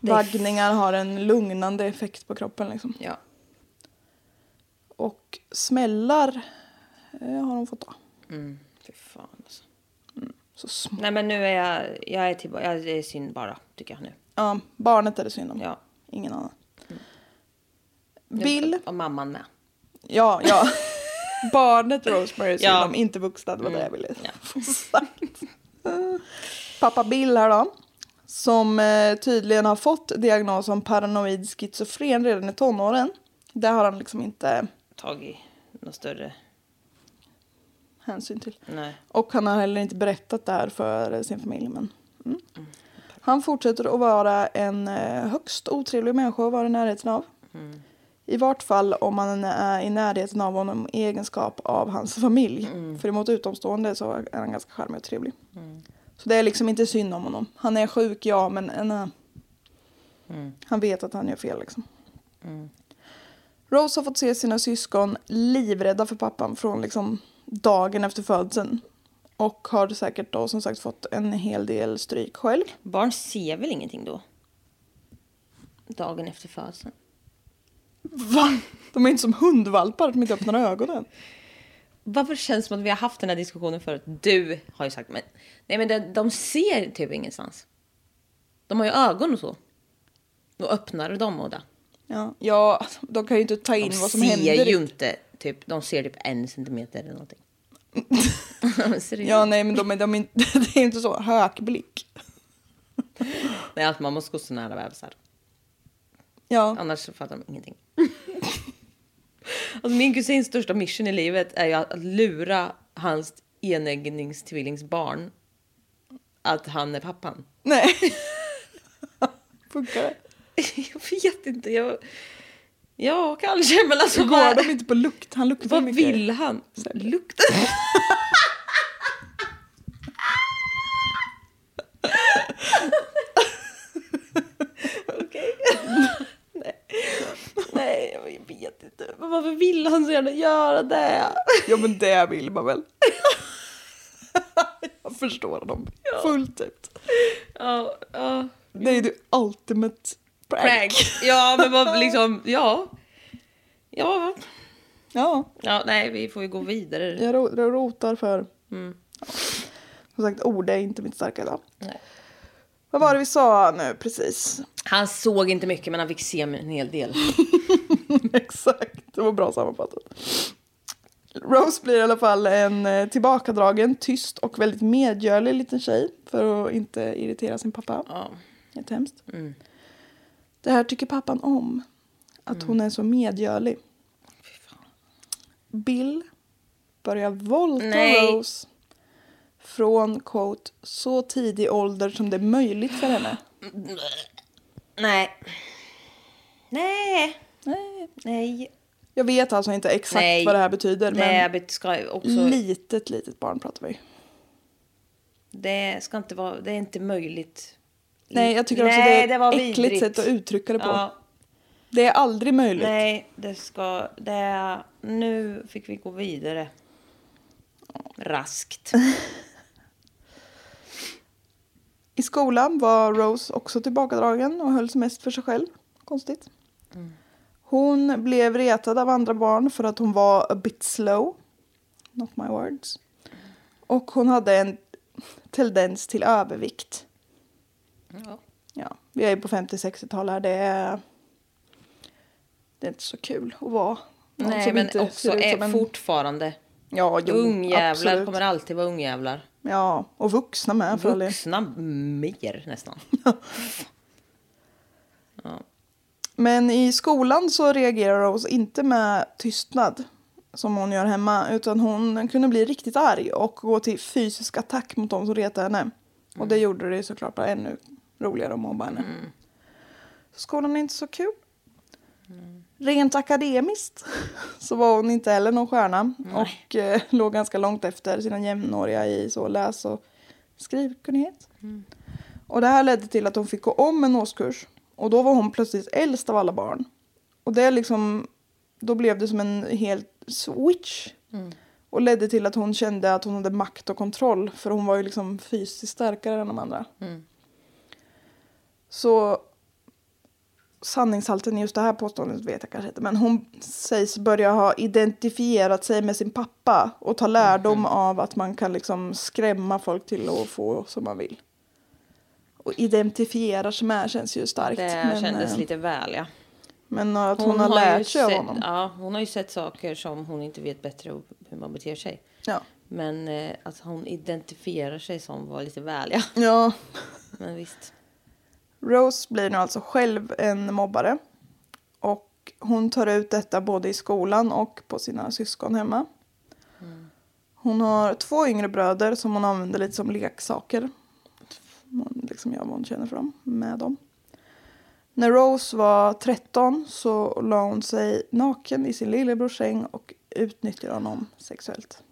Speaker 2: Vaggningar har en lugnande effekt på kroppen liksom.
Speaker 3: Ja.
Speaker 2: Och smällar eh, har hon fått ta.
Speaker 3: Mm. Fy fan alltså.
Speaker 2: Så sm-
Speaker 3: Nej men nu är jag, jag är tillbaka, jag är synd bara tycker jag nu.
Speaker 2: ja, barnet är det synd om.
Speaker 3: Ja.
Speaker 2: Ingen annan. Bill.
Speaker 3: Och mamman med.
Speaker 2: Ja, ja. (laughs) Barnet Rosemary är synd
Speaker 3: Ja.
Speaker 2: om, inte vuxna. Det var det jag ville (laughs)
Speaker 3: Ja.
Speaker 2: få sagt. Pappa Bill här då. Som eh, tydligen har fått diagnos om paranoid schizofren redan i tonåren. Där har han liksom inte
Speaker 3: Tagit något större.
Speaker 2: hänsyn till.
Speaker 3: Nej.
Speaker 2: Och han har heller inte berättat det här för sin familj. Men, mm. Han fortsätter att vara en eh, högst otrevlig människa att vara i närheten av. I vart fall om man är i närheten av honom i egenskap av hans familj. För emot utomstående så är han ganska charmig och trevlig. Så det är liksom inte synd om honom. Han är sjuk, ja, men en, eh, Han vet att han gör fel liksom. Rose har fått se sina syskon livrädda för pappan från liksom dagen efter födseln. Och har säkert då som sagt fått en hel del stryk själv.
Speaker 3: Barn ser väl ingenting då? Dagen efter födseln.
Speaker 2: Va? De är inte som hundvalpar, de inte öppnar ögonen.
Speaker 3: Varför känns det som att vi har haft den här diskussionen förut? Du har ju sagt men. Nej men de, de ser typ ingenstans. De har ju ögon och så. Då öppnar de och där.
Speaker 2: Ja, ja alltså, de kan ju inte ta in
Speaker 3: De
Speaker 2: vad som
Speaker 3: ser
Speaker 2: händer.
Speaker 3: ju inte. Typ, de ser typ en centimeter
Speaker 2: (laughs)
Speaker 3: eller någonting. Seriöst.
Speaker 2: Ja, nej, men de, är- de är inte, (laughs) det är inte så. Hökblick.
Speaker 3: Nej, att man måste gå så nära bebisar.
Speaker 2: Ja,
Speaker 3: Annars så fattar de ingenting. (laughs) alltså min kusins största mission i livet är ju att att lura hans enäggningstvillingsbarn att han är pappan.
Speaker 2: nej. (laughs) Funkar det?
Speaker 3: (laughs) jag vet inte. Jag... Ja, kanske. Men alltså
Speaker 2: Går
Speaker 3: vad,
Speaker 2: de inte på lukt? Han luktar
Speaker 3: vad
Speaker 2: mycket.
Speaker 3: vill han? Lukta. Okej. Nej. Nej, jag vet inte. Men varför vill han så gärna göra det?
Speaker 2: Ja, men det vill man väl? Jag förstår dem fullt ut.
Speaker 3: Ja, ja.
Speaker 2: Det är ju ultimate prank.
Speaker 3: Prank. Ja, men vad liksom, ja. Ja.
Speaker 2: Ja,
Speaker 3: Ja, nej, vi får ju gå vidare.
Speaker 2: jag ro- jag rotar för... Ja. Som sagt, ord är inte mitt starka idag.
Speaker 3: Nej.
Speaker 2: Vad var det vi sa nu precis?
Speaker 3: Han såg inte mycket, men han fick se en
Speaker 2: (laughs)
Speaker 3: hel del.
Speaker 2: Exakt, det var bra sammanfattat. Rose blir i alla fall en eh, tillbakadragen, tyst och väldigt medgörlig liten tjej för att inte irritera sin pappa.
Speaker 3: Ja. Mm.
Speaker 2: Helt hemskt. Det här tycker pappan om, att hon
Speaker 3: Mm.
Speaker 2: är så medgörlig. Bill börjar våldta
Speaker 3: Nej.
Speaker 2: Rose från quote, så tidig ålder som det är möjligt för henne.
Speaker 3: Nej. Nej.
Speaker 2: Nej.
Speaker 3: Nej.
Speaker 2: Jag vet alltså inte exakt
Speaker 3: Nej.
Speaker 2: vad det här betyder. men...
Speaker 3: Nej, men... ska ju också...
Speaker 2: Mm. Litet, litet barn pratar vi.
Speaker 3: Det ska inte vara... Det är inte möjligt.
Speaker 2: Nej, jag tycker också
Speaker 3: Nej,
Speaker 2: det är ett
Speaker 3: det var
Speaker 2: äckligt
Speaker 3: vidrigt.
Speaker 2: sätt att uttrycka det på.
Speaker 3: Ja,
Speaker 2: Det är aldrig möjligt.
Speaker 3: nej, det ska... Det... Nu fick vi gå vidare. Raskt.
Speaker 2: I skolan var Rose också tillbakadragen och hölls mest för sig själv. Konstigt.
Speaker 3: Mm.
Speaker 2: Hon blev retad av andra barn för att hon var a bit slow. Not my words. Och hon hade en tendens till övervikt.
Speaker 3: Ja.
Speaker 2: (laughs) Ja, vi är ju på 50-60-tal här. Det är, det är inte så kul att vara någon
Speaker 3: nej,
Speaker 2: som
Speaker 3: men
Speaker 2: inte
Speaker 3: också
Speaker 2: ser ut
Speaker 3: är
Speaker 2: som en...
Speaker 3: fortfarande.
Speaker 2: Ja, jo,
Speaker 3: ungjävlar
Speaker 2: absolut.
Speaker 3: kommer alltid vara ungjävlar.
Speaker 2: Ja, och vuxna med för all del.
Speaker 3: Vuxna mer
Speaker 2: (laughs)
Speaker 3: nästan.
Speaker 2: Men i skolan så reagerar Rose inte med tystnad som hon gör hemma utan hon kunde bli riktigt arg och gå till fysisk attack mot de som retade henne. Och det gjorde det såklart bara ännu roligare att mobba henne. Så skolan är inte så kul. Rent akademiskt (laughs) så var hon inte heller någon stjärna och eh, låg ganska långt efter sina jämnåriga i så läs och skrivkunnighet. Och det här ledde till att hon fick gå om en årskurs. Och då var hon plötsligt äldst av alla barn. Och det liksom, då blev det som en helt switch. Och ledde till att hon kände att hon hade makt och kontroll. För hon var ju liksom fysiskt starkare än de andra. Så sanningshalten i just det här påståendet vet jag kanske inte. Men hon sägs börja ha identifierat sig med sin pappa. Och ta lärdom
Speaker 3: Mhm.
Speaker 2: av att man kan liksom skrämma folk till att få som man vill och identifierar sig med känns ju starkt.
Speaker 3: Det kändes
Speaker 2: eh,
Speaker 3: lite väl, ja.
Speaker 2: men att hon, har
Speaker 3: ju
Speaker 2: lärt sig av
Speaker 3: sett,
Speaker 2: honom. Ja.
Speaker 3: Ja, hon har ju sett saker som hon inte vet bättre om hur man beter sig.
Speaker 2: Ja.
Speaker 3: Men eh, att hon identifierar sig som var lite väl,
Speaker 2: (laughs)
Speaker 3: ja. Men visst.
Speaker 2: Rose blir nu alltså själv en mobbare. Och hon tar ut detta både i skolan och på sina syskon hemma. Hon har två yngre bröder som hon använder lite som leksaker. Hon liksom gör vad hon känner för dem, med dem. När Rose var 13 så la hon sig naken i sin lillebrors säng och utnyttjade honom sexuellt.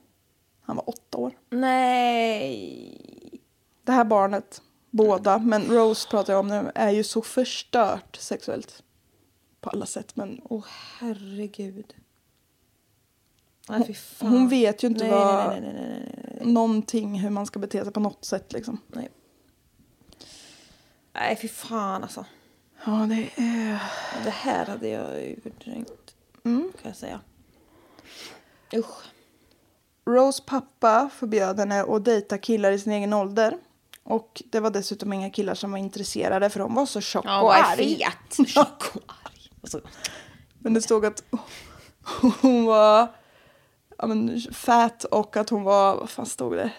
Speaker 2: Han var åtta år.
Speaker 3: Nej.
Speaker 2: Det här barnet båda. Men Rose pratar jag om nu är ju så förstört sexuellt. På alla sätt. Men åh herregud.
Speaker 3: Nej, fy fan.
Speaker 2: Hon vet ju inte
Speaker 3: nej,
Speaker 2: vad-
Speaker 3: Nej, nej, nej, nej, nej, nej.
Speaker 2: Någonting hur man ska bete sig på något sätt liksom.
Speaker 3: Nej. Nej, fy fan alltså.
Speaker 2: Ja eh. det är...
Speaker 3: Det här hade jag ju fördrängt.
Speaker 2: Mm.
Speaker 3: Kan jag säga. Usch.
Speaker 2: Rose pappa förbjöd henne att dejta killar i sin egen ålder. Och det var dessutom inga killar som var intresserade för hon var så tjock
Speaker 3: Ja,
Speaker 2: och
Speaker 3: vad är
Speaker 2: arg.
Speaker 3: fet. (laughs) Tjock och arg. Alltså, Och så-
Speaker 2: Men det stod att (laughs) hon var ja, men, fat och att hon var, vad fan stod det?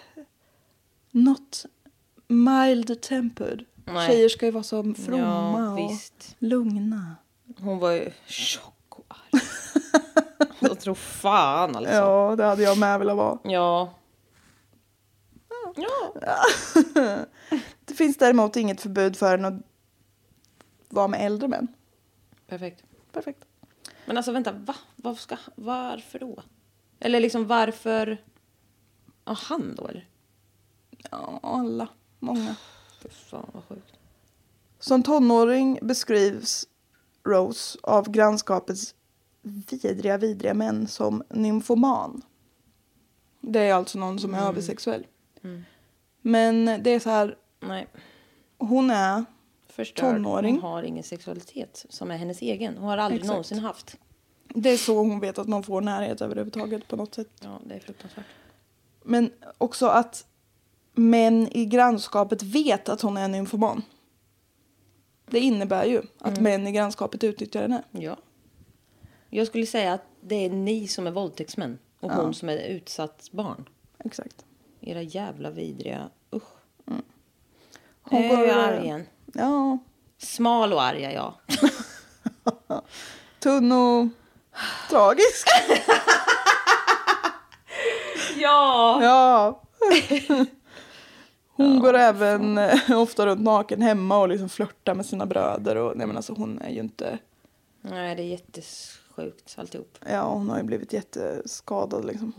Speaker 2: Not mild tempered.
Speaker 3: Nej.
Speaker 2: Tjejer ska ju vara så fromma
Speaker 3: Ja,
Speaker 2: och
Speaker 3: visst.
Speaker 2: lugna.
Speaker 3: Hon var ju tjock och (laughs) arg. Jag tror fan alltså. Ja.
Speaker 2: Ja, det hade jag med velat vara.
Speaker 3: Ja.
Speaker 2: Det finns däremot inget förbud för henne att vara med äldre män.
Speaker 3: Perfekt.
Speaker 2: Perfekt.
Speaker 3: Men alltså vänta, va? Varför, ska, varför då? Eller liksom varför... Ja, han då eller?
Speaker 2: Ja, alla. Många.
Speaker 3: Fy fan vad sjukt.
Speaker 2: Som tonåring beskrivs Rose av grannskapets vidriga, vidriga män som nymfoman. Det är alltså någon som är översexuell. Men det är så här,
Speaker 3: Nej.
Speaker 2: hon är...
Speaker 3: Förstörd.
Speaker 2: Tonåring.
Speaker 3: Hon har ingen sexualitet som är hennes egen. Hon har aldrig
Speaker 2: Exakt.
Speaker 3: någonsin haft.
Speaker 2: Det är så hon vet att man får närhet överhuvudtaget på något sätt.
Speaker 3: Ja, det är fruktansvärt.
Speaker 2: Men också att män i grannskapet vet att hon är nymfoman. Det innebär ju att män i grannskapet utnyttjar henne.
Speaker 3: Ja. Jag skulle säga att det är ni som är våldtäktsmän och hon som är utsatt barn.
Speaker 2: Exakt.
Speaker 3: Era jävla vidriga... Usch.
Speaker 2: Mm. Hon
Speaker 3: Nu är jag arg igen.
Speaker 2: Ja,
Speaker 3: Smal och arg är jag.
Speaker 2: tunn och tragisk.
Speaker 3: Ja!
Speaker 2: Ja. Hon går även eh, ofta runt naken hemma och liksom flörtar med sina bröder. Och, nej men alltså hon är ju inte...
Speaker 3: Nej, det är jättesjukt alltihop.
Speaker 2: Ja, hon har ju blivit jätteskadad liksom.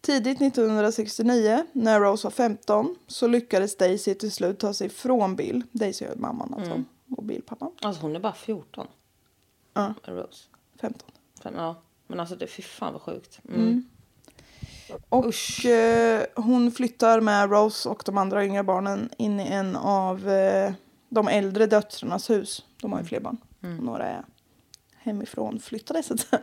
Speaker 2: Tidigt 1969, när Rose var 15, så lyckades Daisy till slut ta sig från Bill. Daisy är mamman alltså, och Bill pappan.
Speaker 3: Alltså hon är bara 14.
Speaker 2: Ja.
Speaker 3: Rose.
Speaker 2: 15.
Speaker 3: Fan, Ja. Men alltså det, fy fan vad sjukt. Mm.
Speaker 2: Och eh, hon flyttar med Rose och de andra yngre barnen in i en av eh, de äldre döttrarnas hus. De har ju fler barn. Och några är hemifrån flyttade så att säga.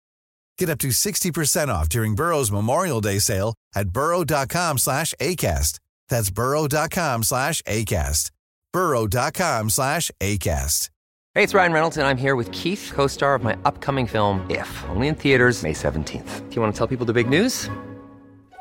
Speaker 4: Get up to 60% off during Burrow's Memorial Day sale at burrow.com slash ACAST. That's burrow.com slash ACAST. burrow.com slash ACAST.
Speaker 5: Hey, it's Ryan Reynolds, and I'm here with Keith, co star of my upcoming film, If, only in theaters, May 17th. Do you want to tell people the big news?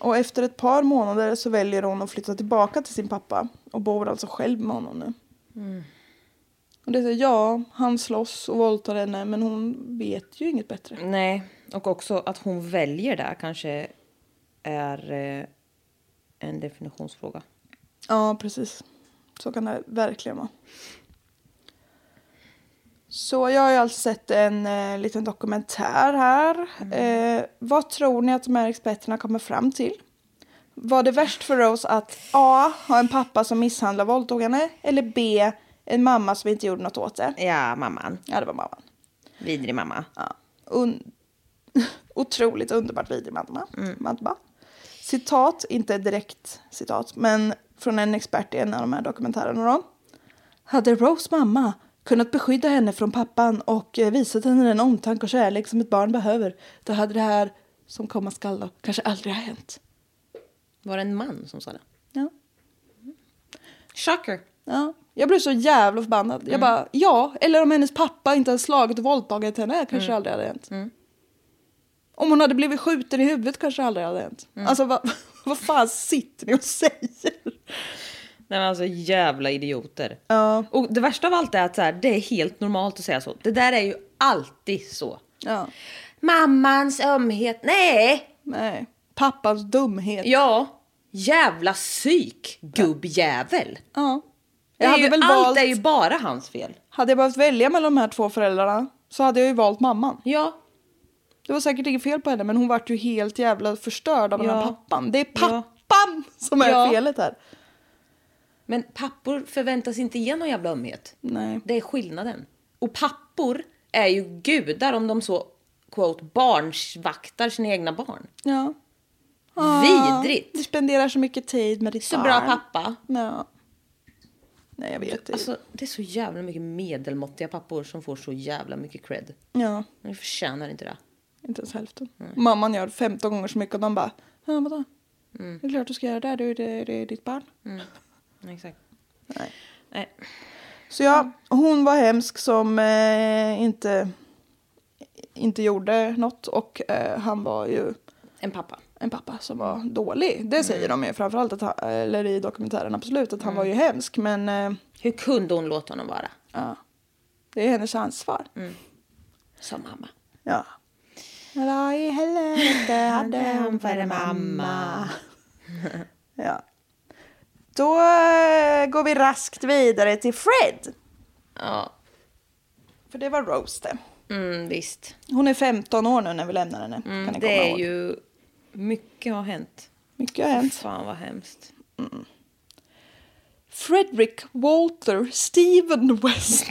Speaker 2: Och efter ett par månader så väljer hon att flytta tillbaka till sin pappa och bor alltså själv med honom nu. Och det är så, här, ja, han slåss och våldtar henne men hon vet ju inget bättre.
Speaker 3: Nej, och också att hon väljer det kanske är eh, en definitionsfråga.
Speaker 2: Ja, precis. Så kan det verkligen vara. Så jag har ju alltså sett en eh, liten dokumentär här. Eh, vad tror ni att de här experterna kommer fram till? Var det värst för Rose att A. Ha en pappa som misshandlar och våldtog henne eller B. En mamma som inte gjorde något åt det?
Speaker 3: Ja, mamman.
Speaker 2: Ja, det var mamman.
Speaker 3: Vidrig mamma.
Speaker 2: Ja. Un- (laughs) otroligt underbart vidrig mamma. Madba. Citat, inte direkt citat, men från en expert i en av de här dokumentärerna. Då. Hade Rose mamma kunnat beskydda henne från pappan och eh, visat henne den omtanke och kärlek som ett barn behöver, då hade det här som komma skall då kanske aldrig ha hänt.
Speaker 3: Var det en man som sa det?
Speaker 2: Ja.
Speaker 3: Shocker.
Speaker 2: Ja. Jag blev så jävla förbannad.
Speaker 3: Mm.
Speaker 2: Jag bara, ja, eller om hennes pappa inte hade slagit och våldtagit henne kanske
Speaker 3: Mm.
Speaker 2: det aldrig hade hänt. Om hon hade blivit skjuten i huvudet kanske det aldrig hade hänt.
Speaker 3: Mm.
Speaker 2: Alltså vad, (laughs) vad fan sitter ni och säger?
Speaker 3: Nej men alltså jävla idioter. Och det värsta av allt är att så här, det är helt normalt att säga så. Det där är ju alltid så.
Speaker 2: Ja,
Speaker 3: Mammans ömhet. Nej!
Speaker 2: nej. Pappans dumhet.
Speaker 3: Ja. Jävla psyk, gubbjävel.
Speaker 2: Ja.
Speaker 3: Det är
Speaker 2: Jag hade
Speaker 3: ju,
Speaker 2: väl
Speaker 3: allt
Speaker 2: valt,
Speaker 3: är ju bara hans fel.
Speaker 2: hade jag behövt välja mellan de här två föräldrarna så hade jag ju valt mamman.
Speaker 3: Ja.
Speaker 2: Det var säkert inget fel på henne men hon vart ju helt jävla förstörd av den här
Speaker 3: Ja.
Speaker 2: pappan. Det är
Speaker 3: Ja.
Speaker 2: pappan som är
Speaker 3: Ja.
Speaker 2: felet här.
Speaker 3: Men pappor förväntas inte ge någon jävla ömhet.
Speaker 2: Nej.
Speaker 3: Det är skillnaden. Och pappor är ju gudar om de så quote barnsvaktar sina egna barn.
Speaker 2: Ja.
Speaker 3: Vidrigt!
Speaker 2: Du spenderar så mycket tid med ditt
Speaker 3: Så
Speaker 2: barn.
Speaker 3: bra pappa.
Speaker 2: Ja. Nej, jag vet inte.
Speaker 3: Alltså, det är så jävla mycket medelmåttiga pappor som får så jävla mycket cred.
Speaker 2: Ja,
Speaker 3: Men de förtjänar inte det.
Speaker 2: inte ens hälften.
Speaker 3: Mm.
Speaker 2: Mamman gör 15 gånger så mycket och de bara, ja vadå?
Speaker 3: Mm.
Speaker 2: Det är klart du ska göra det, det är, det är, det är ditt barn.
Speaker 3: Exakt.
Speaker 2: Nej.
Speaker 3: Nej.
Speaker 2: Så ja, hon var hemsk som eh, inte, inte gjorde något och eh, han var ju
Speaker 3: En pappa.
Speaker 2: en pappa som var dålig.
Speaker 3: Mm.
Speaker 2: Det säger de ju framförallt att han, eller i dokumentären absolut att han
Speaker 3: Mm.
Speaker 2: var ju hemsk men eh,
Speaker 3: Hur kunde hon låta honom vara?
Speaker 2: ja, det är hennes ansvar.
Speaker 3: Sa mamma.
Speaker 2: Ja. Vad i (laughs) helvete hade han för en mamma? (laughs) ja. Då eh, går vi raskt vidare till Fred.
Speaker 3: Ja,
Speaker 2: För det var Rose det.
Speaker 3: mm, visst. Mm,
Speaker 2: Hon är 15 år nu när vi lämnar henne. kan ni komma
Speaker 3: Det är
Speaker 2: ihåg.
Speaker 3: ju... Mycket har hänt.
Speaker 2: Mycket har hänt.
Speaker 3: Fan vad hemskt.
Speaker 2: Frederick Walter Stephen (laughs) West.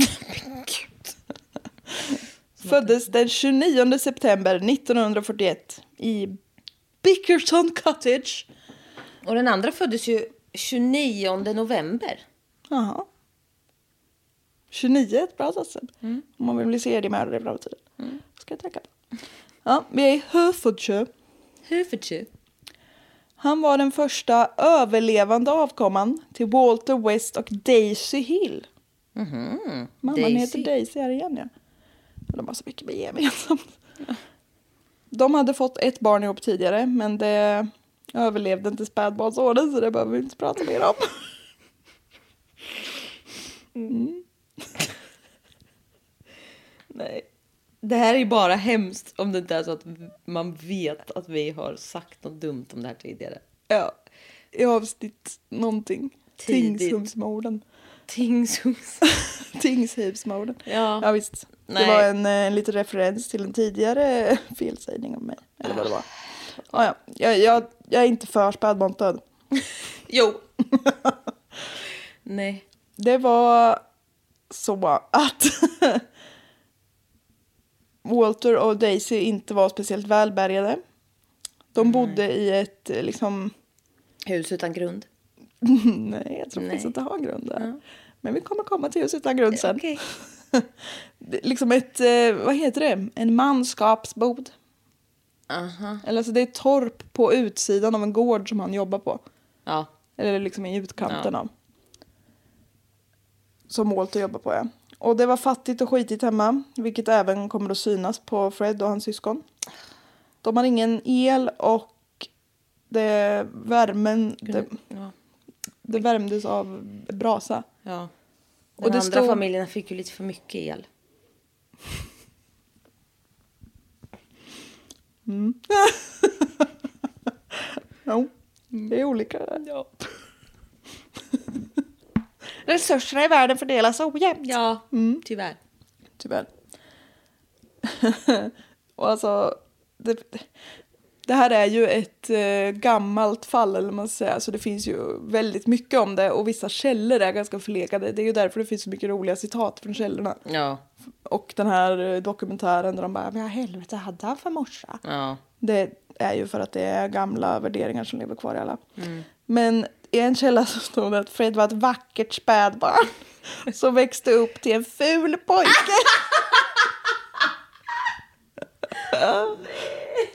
Speaker 2: Föddes den 29 september 1941 i Bickerton Cottage.
Speaker 3: Och den andra föddes ju 29 november.
Speaker 2: Jaha. 29 är ett bra datum.
Speaker 3: Mm.
Speaker 2: Om man vill bli seriemördare i framtiden. Ska jag tänka på. Ja, vi är i Herefordshire.
Speaker 3: Herefordshire.
Speaker 2: Han var den första överlevande avkomman till Walter West och Daisy Hill. Mamman
Speaker 3: Daisy.
Speaker 2: heter Daisy här igen ja. Men De har så mycket med gemensamt. (laughs) De hade fått ett barn ihop tidigare men det överlevde inte spädbarnsåren så det behöver vi inte prata mer om. (laughs)
Speaker 3: Nej. Det här är ju bara hemskt om det inte är så att man vet att vi har sagt något dumt om det här tidigare. (laughs)
Speaker 2: Ja, i avsnitt någonting.
Speaker 3: Tidigt.
Speaker 2: Tingshusmorden.
Speaker 3: Tingshus.
Speaker 2: Tingshusmorden.
Speaker 3: Ja.
Speaker 2: ja, visst.
Speaker 3: Nej.
Speaker 2: Det var en, eh, en liten referens till en tidigare (laughs) felsägning av mig. Eller vad det var. Ja, ja. Jag, jag, jag är inte för spädbarnsdöd.
Speaker 3: jo. (laughs) Nej.
Speaker 2: Det var så att (laughs) Walter och Daisy inte var speciellt välbärgade.
Speaker 3: Mm.
Speaker 2: De bodde i ett eh, liksom... (laughs)
Speaker 3: Hus utan grund.
Speaker 2: Nej, jag tror
Speaker 3: Nej.
Speaker 2: faktiskt att det har grund där. Men vi kommer komma till hus utan grund sen.
Speaker 3: Okej.
Speaker 2: Det- liksom ett, eh, vad heter det, en manskapsbod.
Speaker 3: Aha.
Speaker 2: Eller alltså det är ett torp på utsidan av en gård som han jobbar på.
Speaker 3: Ja.
Speaker 2: Eller liksom i utkanten
Speaker 3: Ja.
Speaker 2: av. Som Walter jobbar på ja. Och det var fattigt och skitigt hemma. Vilket även kommer att synas på Fred och hans syskon. De har ingen el och det, värmen, det,
Speaker 3: Ja.
Speaker 2: det värmdes av brasa.
Speaker 3: ja. Den
Speaker 2: Och det
Speaker 3: andra
Speaker 2: stod-
Speaker 3: familjen fick ju lite för mycket el.
Speaker 2: Ja, det är olika. Ja. (laughs) Resurserna i världen fördelas ojämnt.
Speaker 3: Ja, tyvärr.
Speaker 2: Tyvärr. (laughs) och alltså, det, det här är ju ett eh, gammalt fall, eller vad man ska säga, så det finns ju väldigt mycket om det och vissa källor är ganska förlegade. Det är ju därför det finns så mycket roliga citat från källorna.
Speaker 3: Ja.
Speaker 2: Och den här eh, dokumentären där de bara, vad i helvete hade han för morsa?
Speaker 3: Ja. Mm.
Speaker 2: Det är ju för att det är gamla värderingar som lever kvar i alla. Men I en källa så stod det att Fred var ett vackert spädbarn (laughs) som växte upp till en ful
Speaker 3: (laughs)
Speaker 2: pojke.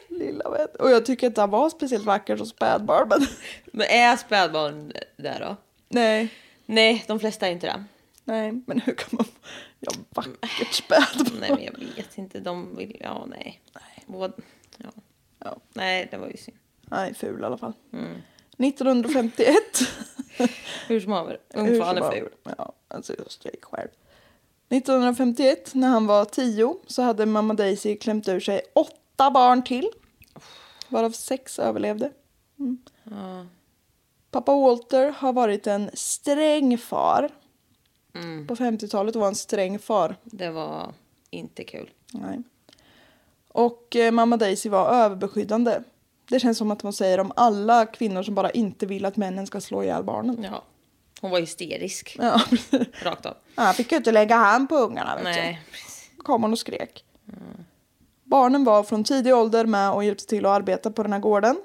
Speaker 2: Lilla vän. Och jag tycker inte han var speciellt vacker som spädbarn. Men
Speaker 3: Men är spädbarn där då?
Speaker 2: nej,
Speaker 3: (laughs) Nej, de flesta är inte (laughs) det.
Speaker 2: nej, men hur kan man... Ja, vackert
Speaker 3: Nej,
Speaker 2: spädbarn.
Speaker 3: men jag vet inte. De vill... Ja, nej. Vad- Ja.
Speaker 2: Ja.
Speaker 3: Nej, det var ju synd.
Speaker 2: Nej, ful i alla fall.
Speaker 3: Mm.
Speaker 2: 1951.
Speaker 3: Hur som haver.
Speaker 2: Hur
Speaker 3: Ungfan
Speaker 2: som
Speaker 3: är
Speaker 2: var-
Speaker 3: ful.
Speaker 2: Ja, alltså jag skrek själv. 1951, när han var 10, så hade mamma Daisy klämt ur sig åtta barn till. Varav sex överlevde. Mm. Pappa Walter har varit en sträng far. På 50-talet var han sträng far.
Speaker 3: Det var inte kul.
Speaker 2: Nej. Och eh, mamma Daisy var överbeskyddande. Det känns som att hon säger om alla kvinnor som bara inte vill att männen ska slå ihjäl barnen.
Speaker 3: Ja. Hon var hysterisk.
Speaker 2: Ja,
Speaker 3: (laughs)
Speaker 2: precis.
Speaker 3: Rakt av.
Speaker 2: Ja, Jag fick ju inte lägga hand på ungarna. Vet
Speaker 3: Nej.
Speaker 2: Du. kom hon och skrek. Barnen var från tidig ålder med och hjälpte till att arbeta på den här gården.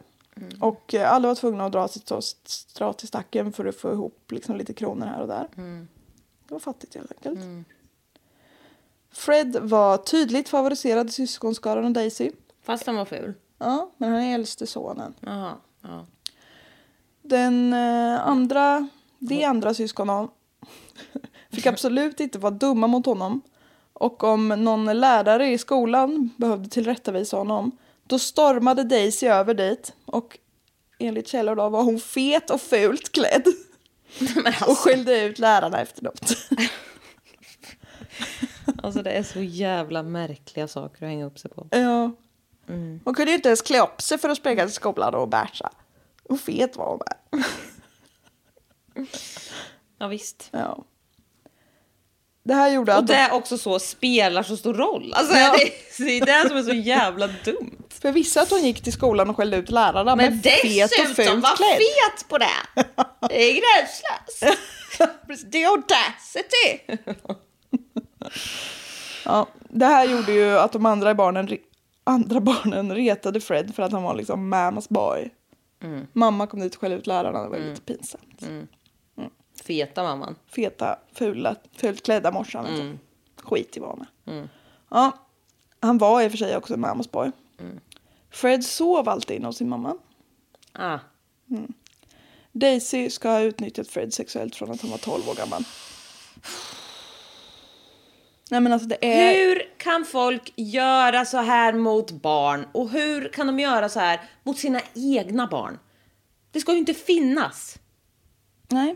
Speaker 2: Och eh, alla var tvungna att dra sitt st- dra till stacken för att få ihop liksom, lite kronor här och där. Det var fattigt helt enkelt. Fred var tydligt favoriserad i syskonskaran och Daisy.
Speaker 3: Fast han var ful.
Speaker 2: Ja, men han är äldste sonen.
Speaker 3: Jaha. Ja.
Speaker 2: Den eh, andra, de andra syskonen (laughs) fick absolut inte vara dumma mot honom. Och om någon lärare i skolan behövde tillrättavisa honom, då stormade Daisy över dit och enligt källor då var hon fet och fult
Speaker 3: (laughs)
Speaker 2: klädd. Och skällde ut lärarna efteråt.
Speaker 3: Alltså det är så jävla märkliga saker att hänga upp sig på.
Speaker 2: ja.
Speaker 3: Mm.
Speaker 2: Hon kunde ju inte ens klä upp sig för att springa till skolan och bärsa. Och fet var hon med.
Speaker 3: Ja visst.
Speaker 2: Ja. Det här gjorde
Speaker 3: Och
Speaker 2: att...
Speaker 3: det är också så spelar så stor roll. Alltså
Speaker 2: Ja.
Speaker 3: det, det är det som är så jävla dumt.
Speaker 2: För jag visste att hon gick till skolan och skällde ut lärarna.
Speaker 3: Men,
Speaker 2: med fet och
Speaker 3: dessutom
Speaker 2: fult
Speaker 3: var
Speaker 2: klädd.
Speaker 3: fet på (laughs) det. Det är (laughs) gränslöst. Precis, Det är audacity.
Speaker 2: Ja, det här gjorde ju att de andra barnen, re- andra (laughs) barnen retade Fred för att han var liksom mammas boy.
Speaker 3: Mm.
Speaker 2: Mamma kom dit och skällde ut lärarna. Det var ju lite pinsamt.
Speaker 3: Feta mamman.
Speaker 2: Feta, fula, fult klädda morsan. vet du.
Speaker 3: Mm.
Speaker 2: Skit i vad han är. Ja, han var i och för sig också mammas boy.
Speaker 3: Mm.
Speaker 2: Fred sov alltid inne hos sin mamma.
Speaker 3: Ah.
Speaker 2: Daisy ska ha utnyttjat Fred sexuellt från att han var 12 år gammal. Nej men alltså det
Speaker 3: Eh.
Speaker 2: är...
Speaker 3: Hur kan folk göra så här mot barn? Och hur kan de göra så här mot sina egna barn? Det ska ju inte finnas.
Speaker 2: Nej.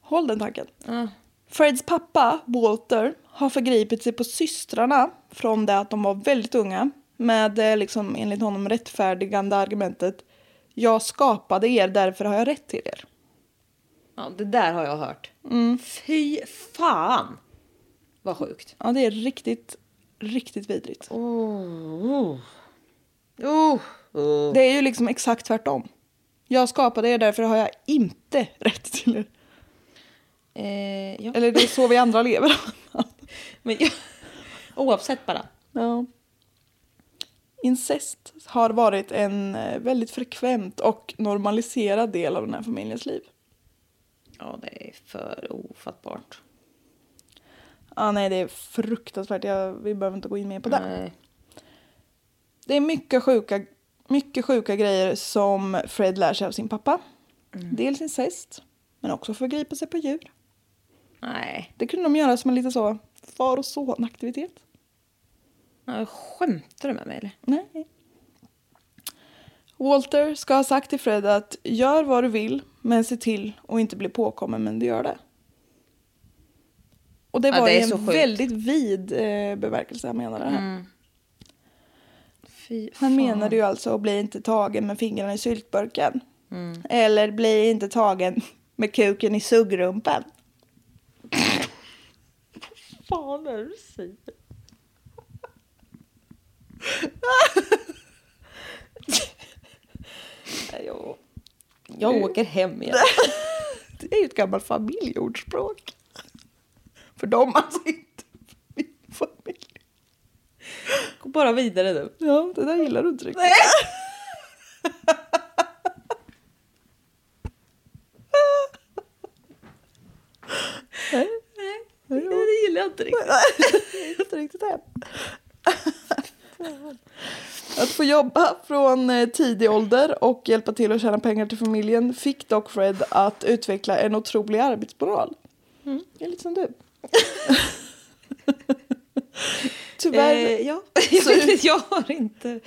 Speaker 2: Håll den tanken.
Speaker 3: Ah.
Speaker 2: Freds pappa, Walter, har förgripit sig på systrarna från det att de var väldigt unga med eh, liksom enligt honom rättfärdigande argumentet jag skapade er, därför har jag rätt till er.
Speaker 3: Ja, det där har jag hört. Mm. Fy fan! Vad sjukt.
Speaker 2: Ja, det är riktigt, riktigt vidrigt.
Speaker 3: Oh.
Speaker 2: Det är ju liksom exakt tvärtom. Jag skapade er, därför har jag inte rätt till er.
Speaker 3: Eh, ja.
Speaker 2: Eller det är så vi andra lever.
Speaker 3: Men, (laughs) jag- Oavsett bara.
Speaker 2: Ja. Incest har varit en eh, väldigt frekvent och normaliserad del av den här familjens liv.
Speaker 3: Ja, det är för ofattbart.
Speaker 2: Ah, nej, det är fruktansvärt. Jag, vi behöver inte gå in mer på det.
Speaker 3: Nej.
Speaker 2: Det är mycket sjuka, mycket sjuka grejer som Fred lär sig av sin pappa. Dels incest, men också förgripa sig på djur.
Speaker 3: Nej.
Speaker 2: Det kunde de göra som en lite så far och son-aktivitet.
Speaker 3: Ja, Skämtar du med mig eller?
Speaker 2: Nej. Walter ska ha sagt till Fred att gör vad du vill men se till att inte bli påkommen men du gör det. Och det
Speaker 3: Ja,
Speaker 2: var
Speaker 3: det
Speaker 2: i
Speaker 3: är så
Speaker 2: en
Speaker 3: sjukt. Mm.
Speaker 2: väldigt vid eh, bemärkelse han menade det här.
Speaker 3: Fy
Speaker 2: Han menade ju alltså att bli inte tagen med fingrarna i syltburken.
Speaker 3: Mm.
Speaker 2: Eller bli inte tagen med kuken i sugrumpen.
Speaker 3: fan är det du säger?
Speaker 2: Ja,
Speaker 3: Jag åker hem igen.
Speaker 2: (laughs) Det är ju ett gammalt familjeordspråk. För dem alltså inte. Min familj.
Speaker 3: Gå bara vidare nu.
Speaker 2: Ja, det där gillar du inte riktigt.
Speaker 3: jag inte riktigt.
Speaker 2: inte riktigt hem. Att få jobba från eh, tidig ålder och hjälpa till att tjäna pengar till familjen fick dock Fred att utveckla en otrolig arbetsmoral.
Speaker 3: Mm.
Speaker 2: Det är lite som du. (laughs) Tyvärr.
Speaker 3: Eh, ja, (laughs) jag, vet, inte, jag har inte...